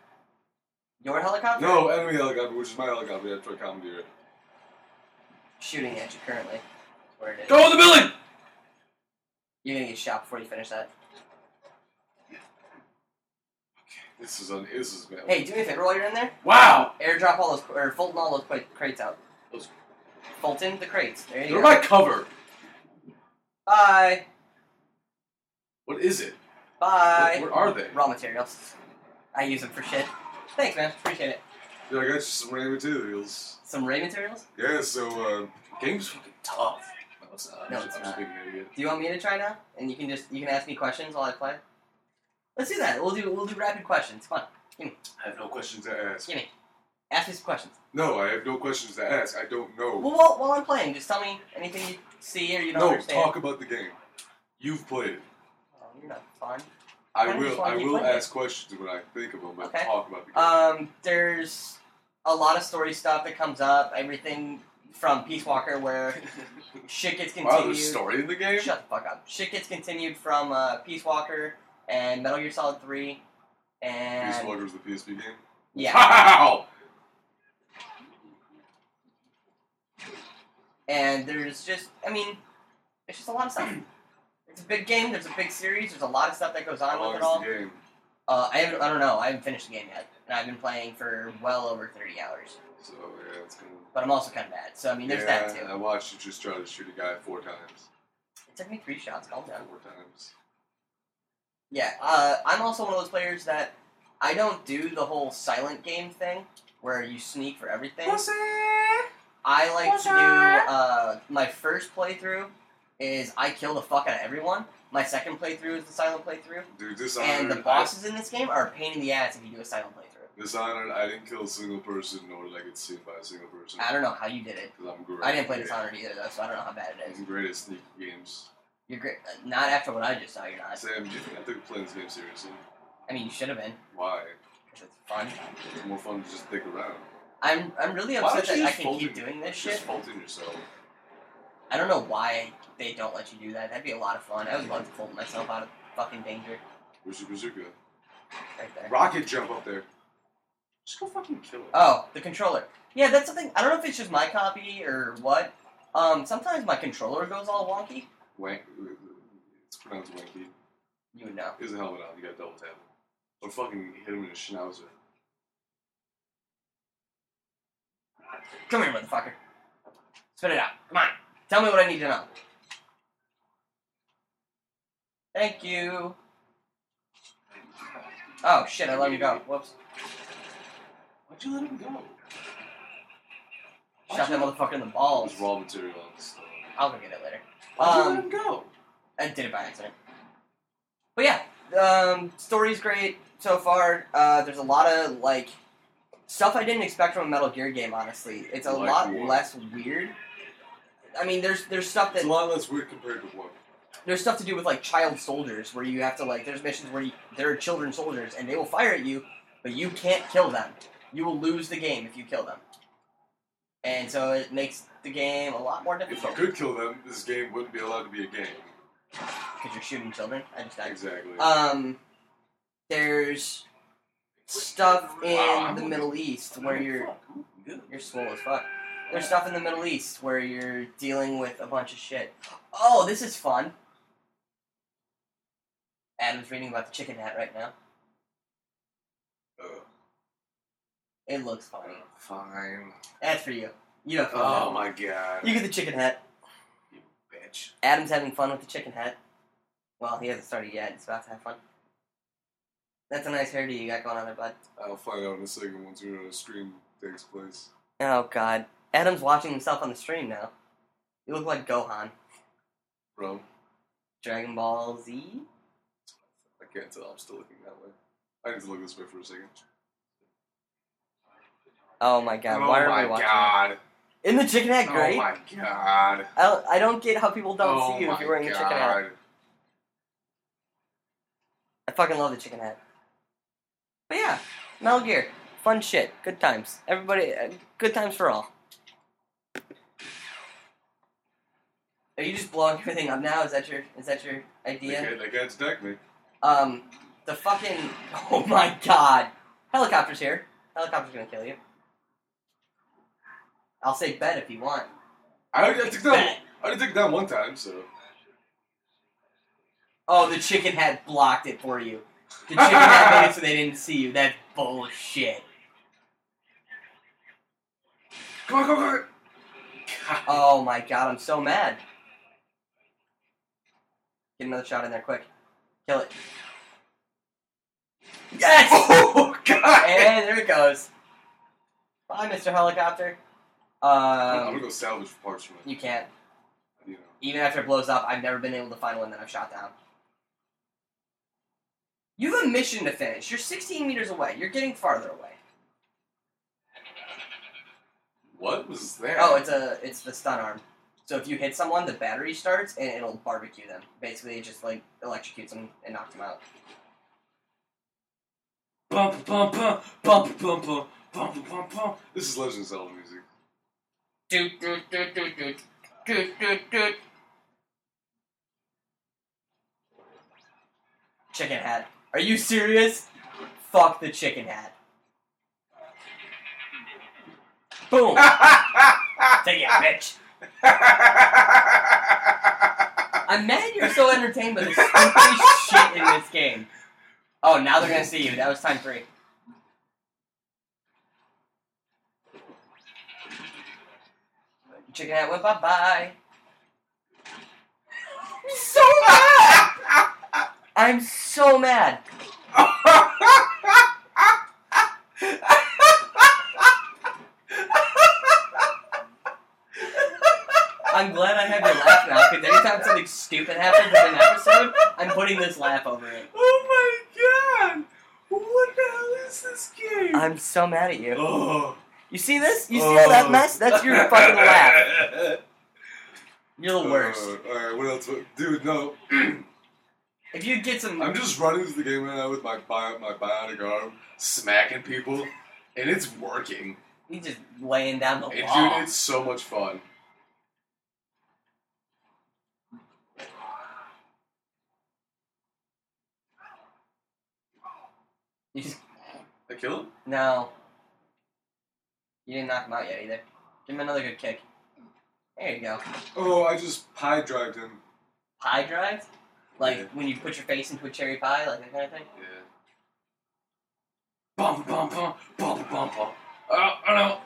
[SPEAKER 1] Your helicopter?
[SPEAKER 2] No, enemy helicopter, which is my helicopter. Yeah, try commandeer it.
[SPEAKER 1] Shooting at you currently. That's Where it is.
[SPEAKER 2] Go in the building!
[SPEAKER 1] You're gonna get shot before you finish that.
[SPEAKER 2] This is un- this is bad.
[SPEAKER 1] Hey, do me a favor while you're in there.
[SPEAKER 2] Wow!
[SPEAKER 1] Airdrop all those, or Fulton all those cra- crates out.
[SPEAKER 2] Those-
[SPEAKER 1] Fulton the crates. There you
[SPEAKER 2] They're
[SPEAKER 1] go.
[SPEAKER 2] my cover.
[SPEAKER 1] Bye.
[SPEAKER 2] What is it?
[SPEAKER 1] Bye.
[SPEAKER 2] What, what are they?
[SPEAKER 1] Raw materials. I use them for shit. Thanks, man. Appreciate it.
[SPEAKER 2] Dude, I got you some random materials.
[SPEAKER 1] Some Ray materials?
[SPEAKER 2] Yeah, so uh, game's fucking tough. No, it's not.
[SPEAKER 1] No,
[SPEAKER 2] I'm
[SPEAKER 1] it's
[SPEAKER 2] just- I'm
[SPEAKER 1] not.
[SPEAKER 2] just being an idiot.
[SPEAKER 1] Do you want me to try now? And you can just you can ask me questions while I play. Let's do that. We'll do we'll do rapid questions. Come on,
[SPEAKER 2] I have no questions to ask.
[SPEAKER 1] Yeah. ask me some questions.
[SPEAKER 2] No, I have no questions to ask. I don't know.
[SPEAKER 1] Well, while, while I'm playing, just tell me anything you see or you don't
[SPEAKER 2] Oh. no,
[SPEAKER 1] understand.
[SPEAKER 2] talk about the game. You've played it.
[SPEAKER 1] Oh, you're not fun.
[SPEAKER 2] I
[SPEAKER 1] don't you
[SPEAKER 2] will.
[SPEAKER 1] just wanna
[SPEAKER 2] I
[SPEAKER 1] keep
[SPEAKER 2] will
[SPEAKER 1] playing it?
[SPEAKER 2] ask questions when I think of them. But
[SPEAKER 1] Okay.
[SPEAKER 2] talk about the game.
[SPEAKER 1] Um, there's a lot of story stuff that comes up. Everything from Peace Walker where shit gets
[SPEAKER 2] wow,
[SPEAKER 1] continued.
[SPEAKER 2] there's story in the game.
[SPEAKER 1] Shut the fuck up. Shit gets continued from uh, Peace Walker and Metal Gear Solid 3 and
[SPEAKER 2] Peace Walker's the PSP game.
[SPEAKER 1] yeah,
[SPEAKER 2] Wow.
[SPEAKER 1] and there's just I mean, it's just a lot of stuff. It's a big game. There's a big series. There's a lot of stuff that goes on
[SPEAKER 2] How long
[SPEAKER 1] with it
[SPEAKER 2] is
[SPEAKER 1] all.
[SPEAKER 2] the game?
[SPEAKER 1] Uh, I haven't, I don't know. I haven't finished the game yet, and I've been playing for well over 30 hours.
[SPEAKER 2] So yeah, it's gonna.
[SPEAKER 1] But I'm also kind of bad, so I mean, there's
[SPEAKER 2] yeah,
[SPEAKER 1] that too.
[SPEAKER 2] I watched you just try to shoot a guy four times.
[SPEAKER 1] It took me three shots. Calm down.
[SPEAKER 2] Four times.
[SPEAKER 1] Yeah, uh, I'm also one of those players that I don't do the whole silent game thing where you sneak for everything. I like to do uh, my first playthrough is I kill the fuck out of everyone. My second playthrough is the silent playthrough,
[SPEAKER 2] Dude, this
[SPEAKER 1] and the
[SPEAKER 2] iron-
[SPEAKER 1] bosses in this game are a pain in the ass if you do a silent playthrough.
[SPEAKER 2] Dishonored, I didn't kill a single person, nor did I get seen by a single person.
[SPEAKER 1] I don't know how you did it.
[SPEAKER 2] 'Cause I'm great.
[SPEAKER 1] I didn't play Dishonored either though, so I don't know how bad it is.
[SPEAKER 2] I'm great at sneak games.
[SPEAKER 1] You're great. uh, Not after what I just saw. You're not.
[SPEAKER 2] Sam, do you think I took playing this game seriously?
[SPEAKER 1] I mean, you should have been.
[SPEAKER 2] Why?
[SPEAKER 1] 'cause It's fun.
[SPEAKER 2] It's more fun to just dick around.
[SPEAKER 1] I'm I'm really
[SPEAKER 2] Why
[SPEAKER 1] upset
[SPEAKER 2] don't you
[SPEAKER 1] that I
[SPEAKER 2] just
[SPEAKER 1] can
[SPEAKER 2] fold
[SPEAKER 1] keep
[SPEAKER 2] in-
[SPEAKER 1] doing this shit.
[SPEAKER 2] Just faulting yourself.
[SPEAKER 1] I don't know why they don't let you do that. That'd be a lot of fun. I would love to fold myself out of fucking danger
[SPEAKER 2] Where's your bazooka?
[SPEAKER 1] right there.
[SPEAKER 2] Rocket jump up there. Just go fucking kill it.
[SPEAKER 1] Oh, the controller. Yeah, that's something. I don't know if it's just my copy or what. Um, sometimes my controller goes all wonky.
[SPEAKER 2] Wank. It's pronounced wanky.
[SPEAKER 1] You would know.
[SPEAKER 2] Here's a helmet on. You gotta double tap him. Or fucking hit him in the schnauzer.
[SPEAKER 1] Come here, motherfucker. Spit it out. Come on. Tell me what I need to know. Thank you. Oh shit! I let him go. Whoops.
[SPEAKER 2] Why'd you let him go? Why'd
[SPEAKER 1] Shot
[SPEAKER 2] you
[SPEAKER 1] that
[SPEAKER 2] let-
[SPEAKER 1] motherfucker in the
[SPEAKER 2] It
[SPEAKER 1] balls.
[SPEAKER 2] was raw material on the stone.
[SPEAKER 1] I'll go get it later.
[SPEAKER 2] Why'd you
[SPEAKER 1] Um,
[SPEAKER 2] let him go?
[SPEAKER 1] I did it by accident. But yeah, um, story's great so far. Uh, there's a lot of like stuff I didn't expect from a Metal Gear game. Honestly, it's a
[SPEAKER 2] Like
[SPEAKER 1] lot
[SPEAKER 2] what?
[SPEAKER 1] less weird. I mean, there's there's stuff
[SPEAKER 2] It's
[SPEAKER 1] that
[SPEAKER 2] a lot less weird compared to one.
[SPEAKER 1] there's stuff to do with like child soldiers where you have to like there's missions where you, there are children soldiers and they will fire at you but you can't kill them you will lose the game if you kill them and so it makes the game a lot more
[SPEAKER 2] If you
[SPEAKER 1] difficult
[SPEAKER 2] could kill them, this game wouldn't be allowed to be a game.
[SPEAKER 1] because you're shooting children i just died
[SPEAKER 2] Exactly.
[SPEAKER 1] um there's stuff in
[SPEAKER 2] Wow, I'm
[SPEAKER 1] the
[SPEAKER 2] looking-
[SPEAKER 1] middle east where you're You're swole as fuck. There's stuff in the Middle East where you're dealing with a bunch of shit. Oh, this is fun. Adam's reading about the chicken hat right now.
[SPEAKER 2] Ugh.
[SPEAKER 1] It looks fun.
[SPEAKER 2] Fine.
[SPEAKER 1] That's for you. You have fun.
[SPEAKER 2] Oh my god.
[SPEAKER 1] Adam. Um, You get the chicken hat.
[SPEAKER 2] bitch.
[SPEAKER 1] Adam's having fun with the chicken hat. Well, he hasn't started yet. He's about to have fun. That's a nice hairdo you got going on there, bud.
[SPEAKER 2] I'll find out in a second once your uh, stream takes place.
[SPEAKER 1] Oh God, Adam's watching himself on the stream now. You look like Gohan,
[SPEAKER 2] Bro,
[SPEAKER 1] Dragon Ball Z.
[SPEAKER 2] I can't tell. I'm still looking that way. I need to look this way for a second.
[SPEAKER 1] Oh my God,
[SPEAKER 2] oh
[SPEAKER 1] why are
[SPEAKER 2] my
[SPEAKER 1] we watching? that?
[SPEAKER 2] god.
[SPEAKER 1] Isn't the chicken hat great?
[SPEAKER 2] Oh my god.
[SPEAKER 1] I don't, I don't get how people don't
[SPEAKER 2] oh
[SPEAKER 1] see you
[SPEAKER 2] my
[SPEAKER 1] if you're wearing
[SPEAKER 2] god.
[SPEAKER 1] a chicken hat. I fucking love the chicken hat. But yeah, Metal Gear, fun shit, good times. Everybody, uh, good times for all. Are you just blowing everything up now? Is that your is that your idea?
[SPEAKER 2] That, guy, that guy's decked me.
[SPEAKER 1] Um, the fucking oh my god, helicopter's here. Helicopter's gonna kill you. I'll say bet if you want.
[SPEAKER 2] I already I took down.
[SPEAKER 1] Bet.
[SPEAKER 2] I already took down one time, so.
[SPEAKER 1] Oh, the chicken hat blocked it for you. The chicken hat made it so they didn't see you. That's bullshit.
[SPEAKER 2] Come on, come on, come on. God.
[SPEAKER 1] Oh my god, I'm so mad. Get another shot in there quick. Kill it. Yes!
[SPEAKER 2] Oh god.
[SPEAKER 1] and there it goes. Bye, Mr. Helicopter.
[SPEAKER 2] I'm gonna
[SPEAKER 1] Um,
[SPEAKER 2] go salvage parts from it.
[SPEAKER 1] you can't.
[SPEAKER 2] You know.
[SPEAKER 1] Even after it blows up, I've never been able to find one that I've shot down. You have a mission to finish. You're 16 meters away. You're getting farther away.
[SPEAKER 2] What was that?
[SPEAKER 1] Oh, it's a it's the stun arm. So if you hit someone, the battery starts and it'll barbecue them. Basically, it just like electrocutes them and knocks them out.
[SPEAKER 2] Bum, bum, bum, bum, bum, bum, bum, bum, bum. This is Legend of Zelda music.
[SPEAKER 1] Doot, doot, doot, doot, doot. Doot, doot, doot. Chicken hat. Are you serious? Fuck the chicken hat. Boom.
[SPEAKER 2] Oh
[SPEAKER 1] Take it, bitch. I'm mad you're so entertained by the stupid shit in this game. Oh, now they're gonna see you. That was time three. Chicken hat went bye bye. I'm so mad. I'm so mad. I'm glad I have your laugh now because anytime something stupid happens in an episode, I'm putting this laugh over it.
[SPEAKER 2] oh my god! What the hell is this game?
[SPEAKER 1] I'm so mad at you.
[SPEAKER 2] oh.
[SPEAKER 1] You see this? You see all that mess? That's your fucking laugh. You're the worst.
[SPEAKER 2] Uh, Alright, what else? Dude, no.
[SPEAKER 1] If you get some,
[SPEAKER 2] I'm just running through the game right now with my bio, my bionic arm, smacking people, and it's working.
[SPEAKER 1] you just laying down the
[SPEAKER 2] And
[SPEAKER 1] law.
[SPEAKER 2] dude, it's so much fun.
[SPEAKER 1] You just
[SPEAKER 2] I kill him?
[SPEAKER 1] no. You didn't knock him out yet either. Give him another good kick. There you go.
[SPEAKER 2] Oh, I just pie drived him.
[SPEAKER 1] Pie drive, like
[SPEAKER 2] Yeah.
[SPEAKER 1] when you put your face into a cherry pie, like that kind of thing.
[SPEAKER 2] Yeah. Bum bum bum bum bum bum. I don't, I don't.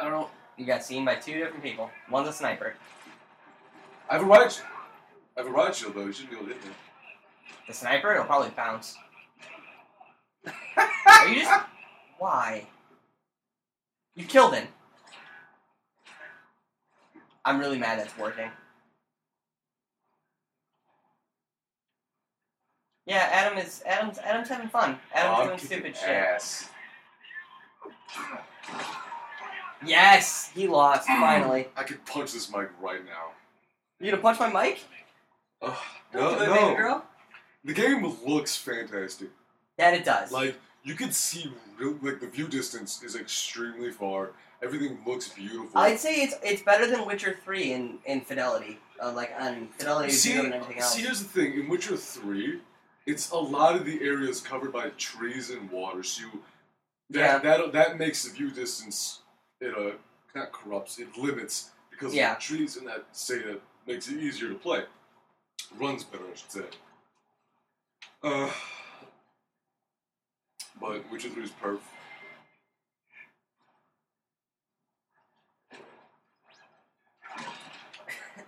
[SPEAKER 2] I don't.
[SPEAKER 1] You got seen by two different people. One's a sniper.
[SPEAKER 2] I have a ride. sh- I have a ride shield though. You shouldn't be able to hit me.
[SPEAKER 1] The sniper, it'll probably bounce. Are you just why? You killed him. I'm really mad that's working. Yeah, Adam is Adam's Adam's having fun. Adam's
[SPEAKER 2] I'm
[SPEAKER 1] doing
[SPEAKER 2] kicking
[SPEAKER 1] stupid shit.
[SPEAKER 2] ass.
[SPEAKER 1] Yes, he lost finally.
[SPEAKER 2] I could punch this mic right now.
[SPEAKER 1] You gonna punch my mic?
[SPEAKER 2] Ugh, no,
[SPEAKER 1] Baby
[SPEAKER 2] no.
[SPEAKER 1] girl?
[SPEAKER 2] The game looks fantastic.
[SPEAKER 1] That it does.
[SPEAKER 2] Like you can see, real, like the view distance is extremely far. Everything looks beautiful.
[SPEAKER 1] I'd say it's it's better than Witcher Three in in fidelity, uh, like on fidelity of
[SPEAKER 2] see,
[SPEAKER 1] view and everything else.
[SPEAKER 2] see, here's the thing. In Witcher Three, it's a lot of the areas covered by trees and water. So you, that,
[SPEAKER 1] Yeah.
[SPEAKER 2] that that makes the view distance it uh not corrupts it limits because of
[SPEAKER 1] Yeah.
[SPEAKER 2] the trees in that say that makes it easier to play. Runs better, I should say. Uh, but Witcher Three is perf.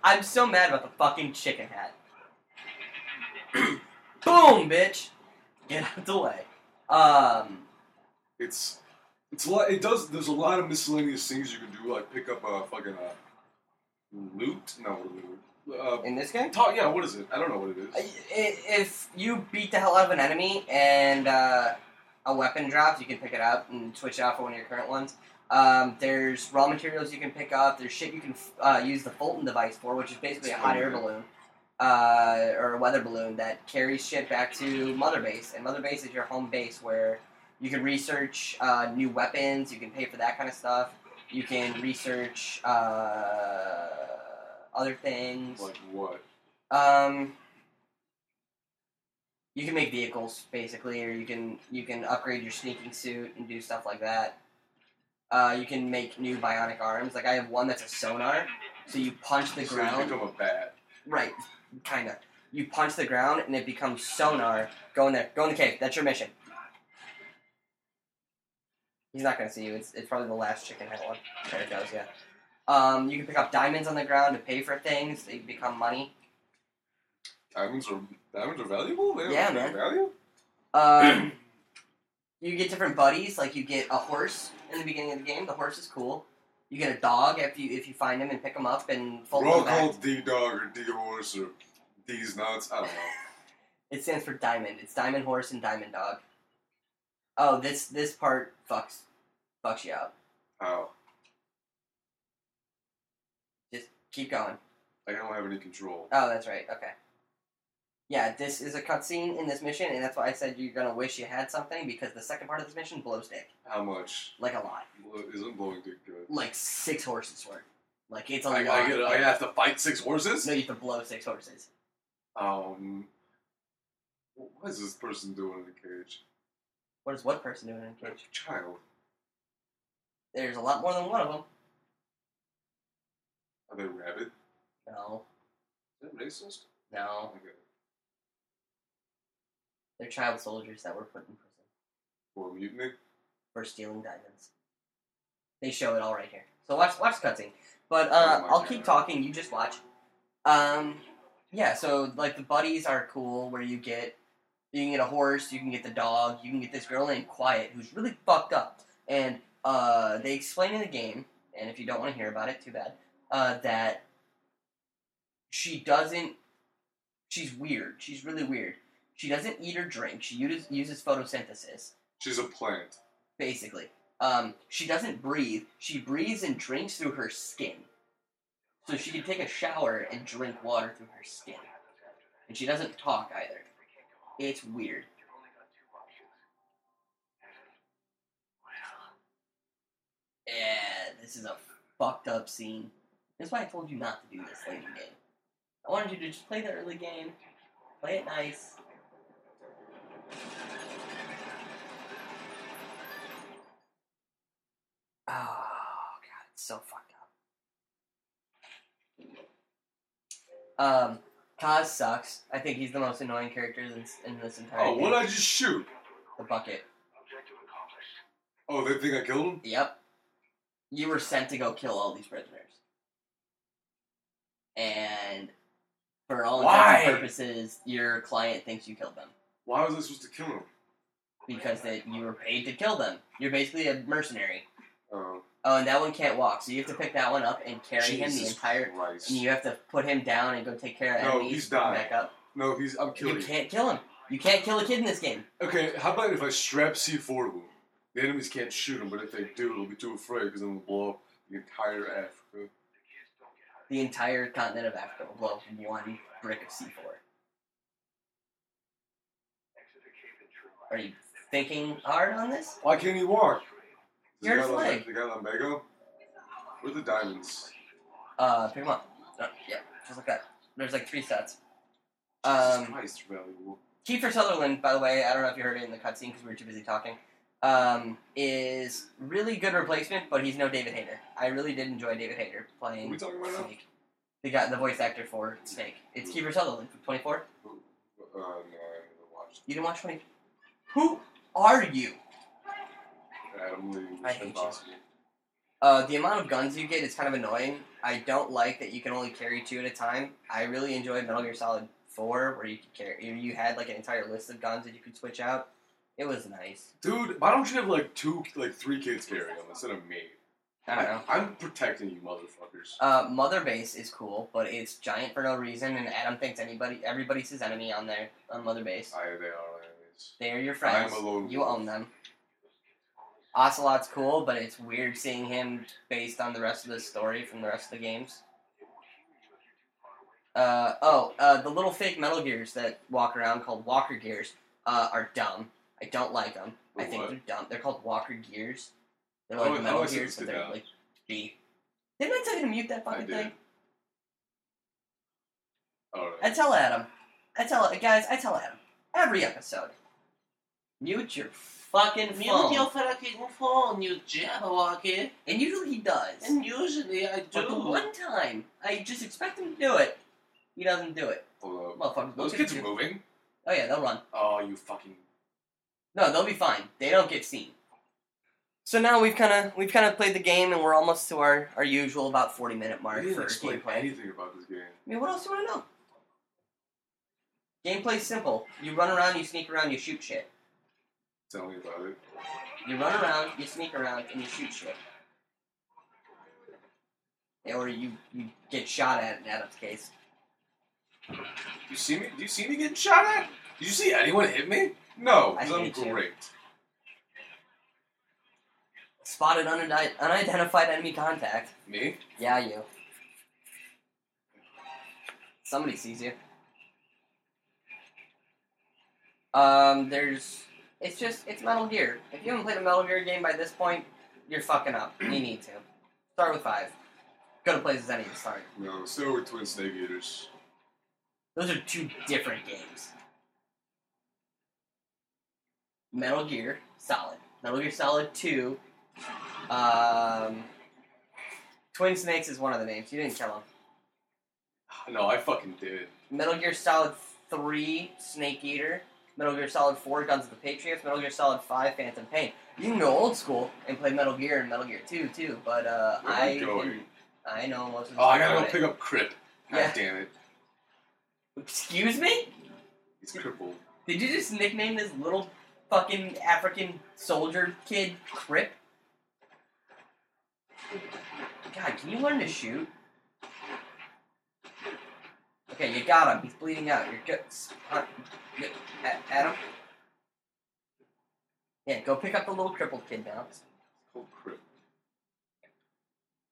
[SPEAKER 1] I'm so mad about the fucking chicken hat. Boom, bitch! Get out of the way. Um,
[SPEAKER 2] It's it's a lot. It does. There's a lot of miscellaneous things you can do, like pick up a fucking uh, loot. No, what loot? Uh,
[SPEAKER 1] in this game,
[SPEAKER 2] Talk, yeah, what is it? I don't know what it
[SPEAKER 1] I-
[SPEAKER 2] is.
[SPEAKER 1] i- if you beat the hell out of an enemy and uh, a weapon drops, you can pick it up and switch it out for one of your current ones. Um, there's raw materials you can pick up. There's shit you can f- uh, use the Fulton device for, which is basically a hot air balloon uh, or a weather balloon that carries shit back to Mother Base. And Mother Base is your home base where you can research uh, new weapons. You can pay for that kind of stuff. You can research uh, other things.
[SPEAKER 2] Like what?
[SPEAKER 1] Um, you can make vehicles basically, or you can you can upgrade your sneaking suit and do stuff like that. Uh, you can make new bionic arms. Like I have one that's a sonar, so you punch the
[SPEAKER 2] So you
[SPEAKER 1] ground.
[SPEAKER 2] become a bat.
[SPEAKER 1] Right, kind of. You punch the ground and it becomes sonar. Go in there. Go in the cave. That's your mission. He's not gonna see you. It's, it's probably the last chicken head one. There it goes. Yeah. Um, you can pick up diamonds on the ground to pay for things. They become money.
[SPEAKER 2] Diamonds are diamonds are valuable. They
[SPEAKER 1] Yeah,
[SPEAKER 2] have
[SPEAKER 1] man.
[SPEAKER 2] Value.
[SPEAKER 1] Um, you get different buddies. Like you get a horse in the beginning of the game. The horse is cool. You get a dog if you if you find him and pick him up and fold
[SPEAKER 2] We're all
[SPEAKER 1] him back.
[SPEAKER 2] called D Dog or D Horse or D's Nuts. I don't know.
[SPEAKER 1] It stands for diamond. It's diamond horse and diamond dog. Oh, this this part fucks fucks you up.
[SPEAKER 2] How?
[SPEAKER 1] Keep going.
[SPEAKER 2] I don't have any control.
[SPEAKER 1] Oh, that's right. Okay. Yeah, this is a cutscene in this mission, and that's why I said you're gonna wish you had something because the second part of this mission blows dick
[SPEAKER 2] How much?
[SPEAKER 1] like a lot,
[SPEAKER 2] Blo- Isn't blowing dick good?
[SPEAKER 1] like six horses worth. Like it's a
[SPEAKER 2] I,
[SPEAKER 1] lot.
[SPEAKER 2] I, get, I have to fight six horses.
[SPEAKER 1] no, you have to blow six horses.
[SPEAKER 2] Um, what is this person doing in a cage?
[SPEAKER 1] What is one person doing in a
[SPEAKER 2] A
[SPEAKER 1] cage?
[SPEAKER 2] child.
[SPEAKER 1] There's a lot more than one of them.
[SPEAKER 2] Are they rabid? Is
[SPEAKER 1] No,
[SPEAKER 2] that racist? Oh
[SPEAKER 1] no,
[SPEAKER 2] Okay.
[SPEAKER 1] they're child soldiers that were put in prison
[SPEAKER 2] For mutiny.
[SPEAKER 1] for stealing diamonds. They show it all right here. So watch, watch the cutscene. But
[SPEAKER 2] Oh
[SPEAKER 1] uh,
[SPEAKER 2] my
[SPEAKER 1] I'll
[SPEAKER 2] God.
[SPEAKER 1] keep talking. You just watch. Um, yeah. So like the buddies are cool, where you get you can get a horse, you can get the dog, you can get this girl named Quiet who's really fucked up, and uh, they explain in the game. And if you don't want to hear about it, too bad. Uh, that she doesn't. She's weird. She's really weird. She doesn't eat or drink. She uses, uses photosynthesis
[SPEAKER 2] She's a plant.
[SPEAKER 1] basically. Um, she doesn't breathe. She breathes and drinks through her skin. So she can take a shower and drink water through her skin. And she doesn't talk either. It's weird. Yeah, this is a fucked up scene. That's why I told you not to do this late in the game. I wanted you to just play the early game, play it nice. Oh god, it's so fucked up. Um, Kaz sucks. I think he's the most annoying character in, in this entire
[SPEAKER 2] Oh,
[SPEAKER 1] game.
[SPEAKER 2] what I just shoot?
[SPEAKER 1] the bucket.
[SPEAKER 2] Oh, they think I killed him?
[SPEAKER 1] Yep. You were sent to go kill all these prisoners. And for all
[SPEAKER 2] Why?
[SPEAKER 1] intents and purposes, your client thinks you killed them
[SPEAKER 2] Why was I supposed to kill him?
[SPEAKER 1] because that you were paid to kill them. You're basically a mercenary.
[SPEAKER 2] Oh,
[SPEAKER 1] Oh, and that one can't walk, so you have to pick that one up and carry him the
[SPEAKER 2] Jesus
[SPEAKER 1] entire.
[SPEAKER 2] Christ.
[SPEAKER 1] And you have to put him down and go take care of
[SPEAKER 2] No,
[SPEAKER 1] enemies.
[SPEAKER 2] he's
[SPEAKER 1] pick him
[SPEAKER 2] dying.
[SPEAKER 1] Back up.
[SPEAKER 2] No, he's. I'm
[SPEAKER 1] You
[SPEAKER 2] killing.
[SPEAKER 1] can't kill him. You can't kill a kid in this game.
[SPEAKER 2] Okay, how about if I strap C4 to him? The enemies can't shoot them, but if they do, they'll be too afraid because then they'll blow up the entire Africa.
[SPEAKER 1] The entire continent of Africa will blow up in one brick of C4. Are you thinking hard on this?
[SPEAKER 2] Why can't he walk? Does he
[SPEAKER 1] Here's
[SPEAKER 2] got a
[SPEAKER 1] leg.
[SPEAKER 2] lim- they got lumbago? Where are the diamonds?
[SPEAKER 1] Uh, pick 'em up. Uh, yeah, just like that. There's like three sets.
[SPEAKER 2] Jesus
[SPEAKER 1] Um,
[SPEAKER 2] Christ, valuable.
[SPEAKER 1] Kiefer Sutherland, by the way, I don't know if you heard it in the cutscene because we were too busy talking, um, is really good replacement, but he's no David Hayter. I really did enjoy David Hayter
[SPEAKER 2] What are we
[SPEAKER 1] playing
[SPEAKER 2] talking about now?
[SPEAKER 1] Snake. The guy, the voice actor for Snake. It's Kiefer Sutherland from 24.
[SPEAKER 2] Uh, no, I haven't watched
[SPEAKER 1] You didn't watch 24? Who are you?
[SPEAKER 2] it. Adam Lee,
[SPEAKER 1] I
[SPEAKER 2] Mission
[SPEAKER 1] hate you.
[SPEAKER 2] Impossible.
[SPEAKER 1] Uh, the amount of guns you get is kind of annoying. I don't like that you can only carry two at a time. I really enjoyed Metal Gear Solid 4, where you could carry, you- you had like an entire list of guns that you could switch out. It was nice.
[SPEAKER 2] Dude, why don't you have like two, like three kids carrying them instead of me?
[SPEAKER 1] I don't know.
[SPEAKER 2] I'm protecting you, motherfuckers.
[SPEAKER 1] Uh, Mother Base is cool, but it's giant for no reason, and Adam thinks anybody, everybody's his enemy on there on Mother Base.
[SPEAKER 2] I, they are enemies.
[SPEAKER 1] They are your friends.
[SPEAKER 2] I'm a lone
[SPEAKER 1] you
[SPEAKER 2] wolf.
[SPEAKER 1] own them. Ocelot's cool, but it's weird seeing him based on the rest of the story from the rest of the games. Uh, oh, uh, the little fake Metal Gears that walk around called Walker Gears uh, are dumb. I don't like them. I
[SPEAKER 2] The
[SPEAKER 1] think
[SPEAKER 2] what?
[SPEAKER 1] they're dumb. They're called Walker Gears. They're
[SPEAKER 2] Oh,
[SPEAKER 1] like
[SPEAKER 2] I
[SPEAKER 1] Metal
[SPEAKER 2] always
[SPEAKER 1] Gears,
[SPEAKER 2] think
[SPEAKER 1] but
[SPEAKER 2] they're
[SPEAKER 1] they're
[SPEAKER 2] dumb.
[SPEAKER 1] like B. Didn't I tell you to mute that
[SPEAKER 2] I
[SPEAKER 1] fucking
[SPEAKER 2] did.
[SPEAKER 1] thing?
[SPEAKER 2] All
[SPEAKER 1] I
[SPEAKER 2] right.
[SPEAKER 1] tell Adam. I tell guys. I tell Adam every episode. Mute your fucking phone.
[SPEAKER 3] Mute your fucking phone, you jabberwocky.
[SPEAKER 1] and usually he does.
[SPEAKER 3] oh, And usually I
[SPEAKER 1] but the
[SPEAKER 3] do.
[SPEAKER 1] one time I just expect him to do it, he doesn't do it.
[SPEAKER 2] Hold up.
[SPEAKER 1] Motherfuckers.
[SPEAKER 2] Those
[SPEAKER 1] look
[SPEAKER 2] kids
[SPEAKER 1] at
[SPEAKER 2] are
[SPEAKER 1] you.
[SPEAKER 2] moving.
[SPEAKER 1] Oh yeah, they'll run.
[SPEAKER 2] Oh, you fucking.
[SPEAKER 1] No, they'll be fine. They don't get seen. So now we've kind of we've kind of played the game, and we're almost to our, our usual about forty minute
[SPEAKER 2] I
[SPEAKER 1] mark
[SPEAKER 2] didn't
[SPEAKER 1] for
[SPEAKER 2] explain
[SPEAKER 1] gameplay.
[SPEAKER 2] anything about this game.
[SPEAKER 1] I mean, what else do you want to know? Gameplay's simple. You run around, you sneak around, you shoot shit.
[SPEAKER 2] Tell me about it.
[SPEAKER 1] You run around, you sneak around, and you shoot shit. Or you, you get shot at in Adam's case.
[SPEAKER 2] You see me? Do you see me getting shot at? Did you see anyone hit me? No,
[SPEAKER 1] I
[SPEAKER 2] 'cause I'm
[SPEAKER 1] hate you.
[SPEAKER 2] great.
[SPEAKER 1] Spotted unid- unidentified enemy contact.
[SPEAKER 2] Me?
[SPEAKER 1] Yeah, you. Somebody sees you. Um, there's. It's just. It's Metal Gear. If you haven't played a Metal Gear game by this point, you're fucking up. You need to. Start with five. Go to places I need to start.
[SPEAKER 2] No, so we're twin snake eaters.
[SPEAKER 1] Those are two different games. Metal Gear Solid. Metal Gear Solid 2. Um, Twin Snakes is one of the names. You didn't kill him.
[SPEAKER 2] No, I fucking did.
[SPEAKER 1] Metal Gear Solid 3, Snake Eater. Metal Gear Solid 4, Guns of the Patriots. Metal Gear Solid 5, Phantom Pain. You can go old school and play Metal Gear and Metal Gear 2 too, but uh,
[SPEAKER 2] Where am I
[SPEAKER 1] I
[SPEAKER 2] going?
[SPEAKER 1] I know most of the
[SPEAKER 2] Oh, I
[SPEAKER 1] stuff
[SPEAKER 2] gotta
[SPEAKER 1] about
[SPEAKER 2] go
[SPEAKER 1] it.
[SPEAKER 2] pick up Crip. God
[SPEAKER 1] Yeah.
[SPEAKER 2] damn it.
[SPEAKER 1] Excuse me.
[SPEAKER 2] He's crippled.
[SPEAKER 1] Did you just nickname this little fucking African soldier kid Crip? God, can you learn to shoot? Okay, you got him. He's bleeding out. You're good. S- uh, y- A- Adam? Yeah, go pick up the little crippled kid now.
[SPEAKER 2] Oh, Crip.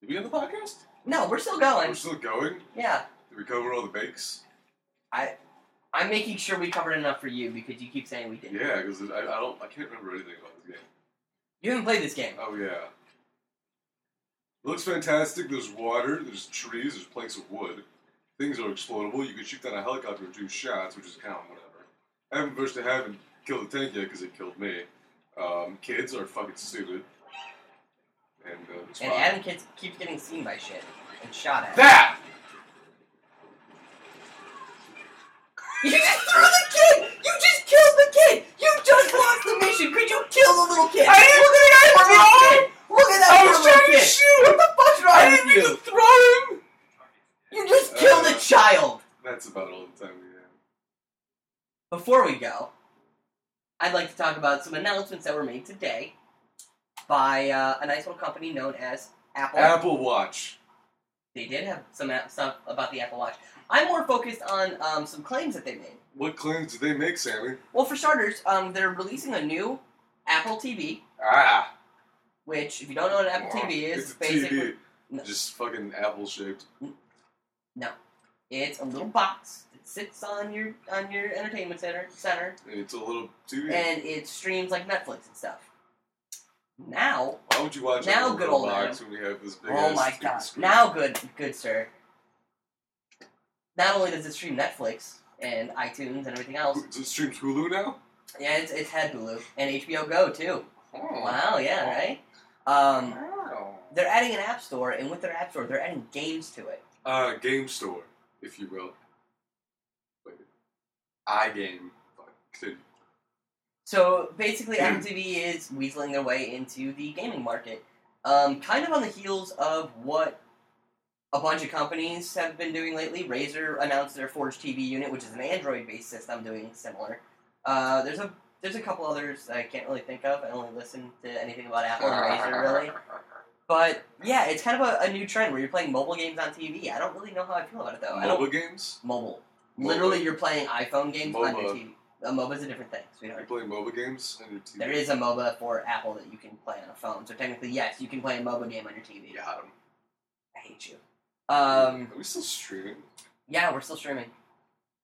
[SPEAKER 2] Did we end the podcast?
[SPEAKER 1] No, we're still
[SPEAKER 2] We're
[SPEAKER 1] going.
[SPEAKER 2] still going?
[SPEAKER 1] Yeah,
[SPEAKER 2] Did we cover all the bakes?
[SPEAKER 1] I'm making sure we covered enough for you because you keep saying we didn't.
[SPEAKER 2] Yeah, because I, I don't I can't remember anything about this game.
[SPEAKER 1] You haven't played this game.
[SPEAKER 2] Oh yeah. It looks fantastic. There's water. There's trees. There's planks of wood. Things are explodable. You can shoot down a helicopter in two shots, which is kind of whatever. I haven't pushed to haven't killed the tank yet because it killed me. Um, kids are fucking stupid. And uh, it's
[SPEAKER 1] And
[SPEAKER 2] fine.
[SPEAKER 1] Adam kids keeps getting seen by shit and shot at.
[SPEAKER 2] that
[SPEAKER 1] You just threw the kid! You just killed the kid! You just lost the mission! Could you kill the little kid?
[SPEAKER 2] I didn't-
[SPEAKER 1] Look at that poor little
[SPEAKER 2] I-
[SPEAKER 1] kid! Look at that
[SPEAKER 2] I
[SPEAKER 1] poor
[SPEAKER 2] was
[SPEAKER 1] little
[SPEAKER 2] trying to
[SPEAKER 1] kid!
[SPEAKER 2] shoot.
[SPEAKER 1] What the fuck's wrong
[SPEAKER 2] I
[SPEAKER 1] with
[SPEAKER 2] didn't
[SPEAKER 1] you?
[SPEAKER 2] even throw him.
[SPEAKER 1] You just killed a
[SPEAKER 2] Uh,
[SPEAKER 1] child!
[SPEAKER 2] That's about all the time we have.
[SPEAKER 1] Before we go, I'd like to talk about some announcements that were made today by uh, a nice little company known as Apple.
[SPEAKER 2] Apple Watch.
[SPEAKER 1] They did have some a- stuff about the Apple Watch. I'm more focused on um, some claims that they made.
[SPEAKER 2] What claims do they make, Sammy?
[SPEAKER 1] Well, for starters, um, they're releasing a new Apple TV,
[SPEAKER 2] Ah,
[SPEAKER 1] which if you don't know what Apple
[SPEAKER 2] wow.
[SPEAKER 1] TV is,
[SPEAKER 2] It's a
[SPEAKER 1] basically
[SPEAKER 2] TV.
[SPEAKER 1] No.
[SPEAKER 2] Just fucking apple shaped.
[SPEAKER 1] it's a little box that sits on your on your entertainment center center,
[SPEAKER 2] It's a little TV.
[SPEAKER 1] and it streams like Netflix and stuff. Now,
[SPEAKER 2] Why would you watch
[SPEAKER 1] Now
[SPEAKER 2] a
[SPEAKER 1] good
[SPEAKER 2] little
[SPEAKER 1] old
[SPEAKER 2] box when we have this big
[SPEAKER 1] oh
[SPEAKER 2] ass
[SPEAKER 1] my
[SPEAKER 2] fucking
[SPEAKER 1] god!
[SPEAKER 2] screen?
[SPEAKER 1] Now, good good sir. Not only does it stream Netflix and iTunes and everything else,
[SPEAKER 2] Who- so it streams Hulu now?
[SPEAKER 1] yeah, it's, it's had Hulu and HBO Go too.
[SPEAKER 2] Oh.
[SPEAKER 1] Wow, yeah, right. Um,
[SPEAKER 2] Wow.
[SPEAKER 1] they're adding an app store, and with their app store, they're adding games to it.
[SPEAKER 2] Uh, game store, if you will. Wait. iGame. Fuck, continue.
[SPEAKER 1] So basically, Apple TV is weaseling their way into the gaming market, um, kind of on the heels of what a bunch of companies have been doing lately. Razer announced their Forge TV unit, which is an Android-based system doing similar. Uh, there's a there's a couple others that I can't really think of. I only listen to anything about Apple and Razer really. But yeah, it's kind of a, a new trend where you're playing mobile games on TV. I don't really know how I feel about it though. I don't
[SPEAKER 2] Mobile games?
[SPEAKER 1] mobile.
[SPEAKER 2] MOBA.
[SPEAKER 1] Literally, you're playing iPhone games on your
[SPEAKER 2] MOBA.
[SPEAKER 1] TV. A MOBA's a different thing, sweetheart.
[SPEAKER 2] You're playing mobile games on your TV?
[SPEAKER 1] There is a MOBA for Apple that you can play on a phone. So technically, yes, you can play a MOBA game on your TV.
[SPEAKER 2] You got 'em.
[SPEAKER 1] I hate you. Um,
[SPEAKER 2] Are we still streaming?
[SPEAKER 1] yeah, we're still streaming.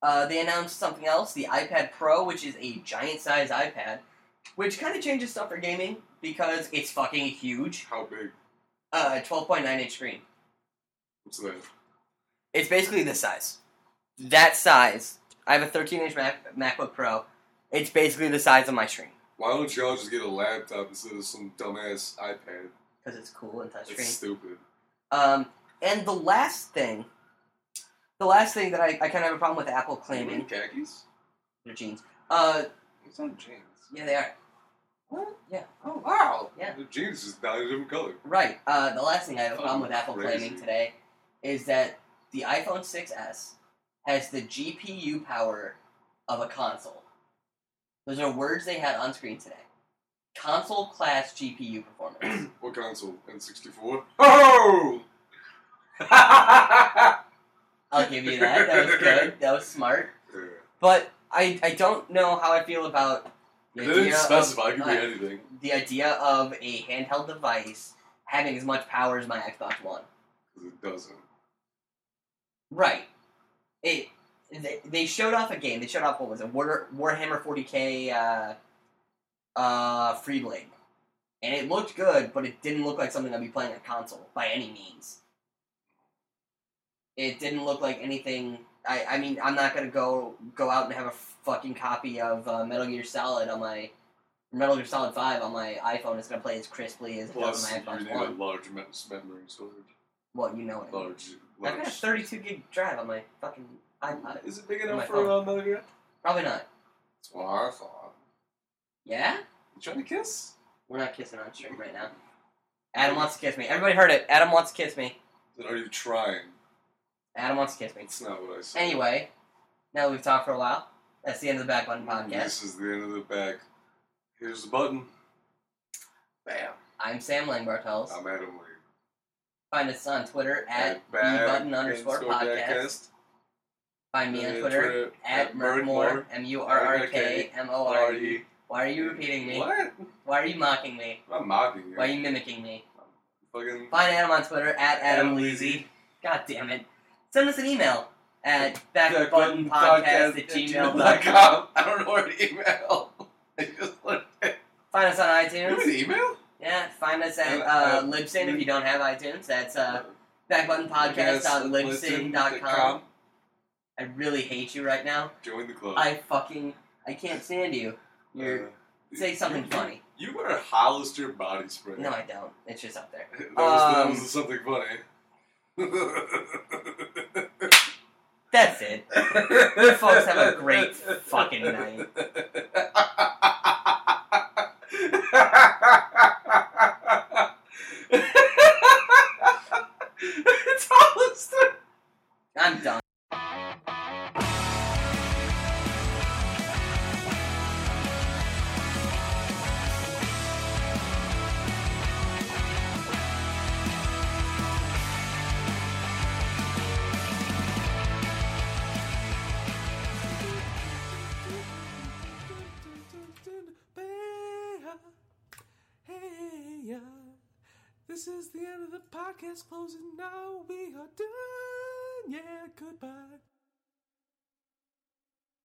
[SPEAKER 1] Uh, they announced something else, the iPad Pro, which is a giant-sized iPad, which kind of changes stuff for gaming because it's fucking huge.
[SPEAKER 2] How big?
[SPEAKER 1] Uh, 12.9-inch screen.
[SPEAKER 2] What's that?
[SPEAKER 1] It's basically this size. That size. I have a 13-inch Mac- MacBook Pro. It's basically the size of my screen
[SPEAKER 2] Why don't y'all just get a laptop instead of some dumbass iPad?
[SPEAKER 1] because it's cool and touchscreen.
[SPEAKER 2] It's stupid.
[SPEAKER 1] Um, and the last thing, the last thing that I, I kind of have a problem with Apple
[SPEAKER 2] You
[SPEAKER 1] claiming
[SPEAKER 2] in khakis?
[SPEAKER 1] their jeans. Uh,
[SPEAKER 2] It's not jeans.
[SPEAKER 1] yeah, they are
[SPEAKER 2] What?
[SPEAKER 1] Yeah.
[SPEAKER 2] Oh wow.
[SPEAKER 1] Yeah.
[SPEAKER 2] The jeans is not a different color.
[SPEAKER 1] right. Uh, the last thing I have a problem with Apple
[SPEAKER 2] Oh, Crazy.
[SPEAKER 1] claiming today is that the iPhone 6s has the GPU power of a console. Those are words they had on screen today. Console class GPU performance.
[SPEAKER 2] What console? N64? Oh! yeah.
[SPEAKER 1] I'll give you that. That was good. That was smart. But I, I don't know how I feel about the
[SPEAKER 2] They
[SPEAKER 1] idea
[SPEAKER 2] didn't
[SPEAKER 1] of-
[SPEAKER 2] specify. It could be
[SPEAKER 1] uh,
[SPEAKER 2] anything.
[SPEAKER 1] the idea of a handheld device having as much power as my Xbox One.
[SPEAKER 2] 'Cause It doesn't.
[SPEAKER 1] Right. It. They, they showed off a game. They showed off what was it? War, Warhammer 40k. Uh, uh, Freeblade, and it looked good, but it didn't look like something I'd be playing on console by any means. It didn't look like anything. I, I mean, I'm not gonna go go out and have a fucking copy of uh, Metal Gear Solid on my Metal Gear Solid Five on my iPhone. It's gonna play as crisply as it does
[SPEAKER 2] Plus,
[SPEAKER 1] on my
[SPEAKER 2] you
[SPEAKER 1] Xbox
[SPEAKER 2] need
[SPEAKER 1] One.
[SPEAKER 2] a large me- memory storage.
[SPEAKER 1] Well, you know what I mean.
[SPEAKER 2] Large.
[SPEAKER 1] I've got a
[SPEAKER 2] large.
[SPEAKER 1] 32 gig drive on my fucking iPod.
[SPEAKER 2] Is it big
[SPEAKER 1] my
[SPEAKER 2] enough for uh, Metal Gear?
[SPEAKER 1] Probably not.
[SPEAKER 2] That's what I thought.
[SPEAKER 1] Yeah?
[SPEAKER 2] You trying to kiss?
[SPEAKER 1] We're not kissing on stream right now. Adam wants to kiss me. Everybody heard it. Adam wants to kiss me.
[SPEAKER 2] Then are you trying?
[SPEAKER 1] Adam wants to kiss me.
[SPEAKER 2] That's not what I said.
[SPEAKER 1] Anyway, now that we've talked for a while, that's the end of the Back Button Podcast.
[SPEAKER 2] This is the end of the back. Here's the button. Bam.
[SPEAKER 1] I'm Sam Langbartels.
[SPEAKER 2] I'm Adam Lee.
[SPEAKER 1] Find us on Twitter Um, at
[SPEAKER 2] Back
[SPEAKER 1] button underscore podcast.
[SPEAKER 2] backcast.
[SPEAKER 1] Find me on
[SPEAKER 2] Uh,
[SPEAKER 1] Twitter at Merkmore, M U R R K M O R E.
[SPEAKER 2] R-E.
[SPEAKER 1] Why are you repeating me?
[SPEAKER 2] What?
[SPEAKER 1] Why are you mocking me?
[SPEAKER 2] I'm not mocking you.
[SPEAKER 1] Why are you mimicking me?
[SPEAKER 2] Fucking
[SPEAKER 1] Find Adam on Twitter at Adam
[SPEAKER 2] Adam
[SPEAKER 1] Leasy. God damn it. Send us an email at
[SPEAKER 2] Podcast
[SPEAKER 1] backbuttonpodcast at gmail.com.
[SPEAKER 2] gmail.com. I don't know where to email. I just learned it.
[SPEAKER 1] Find us on
[SPEAKER 2] You have an
[SPEAKER 1] iTunes.
[SPEAKER 2] email?
[SPEAKER 1] Yeah, find us at
[SPEAKER 2] Uh,
[SPEAKER 1] uh,
[SPEAKER 2] uh,
[SPEAKER 1] Libsyn if you don't have iTunes. That's uh, backbuttonpodcast.libsyn.com. I really hate you right now.
[SPEAKER 2] Join the club.
[SPEAKER 1] I fucking, I can't stand you. You're,
[SPEAKER 2] Uh,
[SPEAKER 1] say something
[SPEAKER 2] you-
[SPEAKER 1] funny.
[SPEAKER 2] You wear Hollister body spray.
[SPEAKER 1] No, I don't. It's just up there.
[SPEAKER 2] That was, that
[SPEAKER 1] Um,
[SPEAKER 2] was something funny.
[SPEAKER 1] That's it.
[SPEAKER 2] Good
[SPEAKER 1] folks, have a great fucking night.
[SPEAKER 2] it's almost
[SPEAKER 1] I'm done.
[SPEAKER 4] Thank you.
[SPEAKER 2] ya. This is the end of the podcast closing. Now we are done. Yeah, goodbye.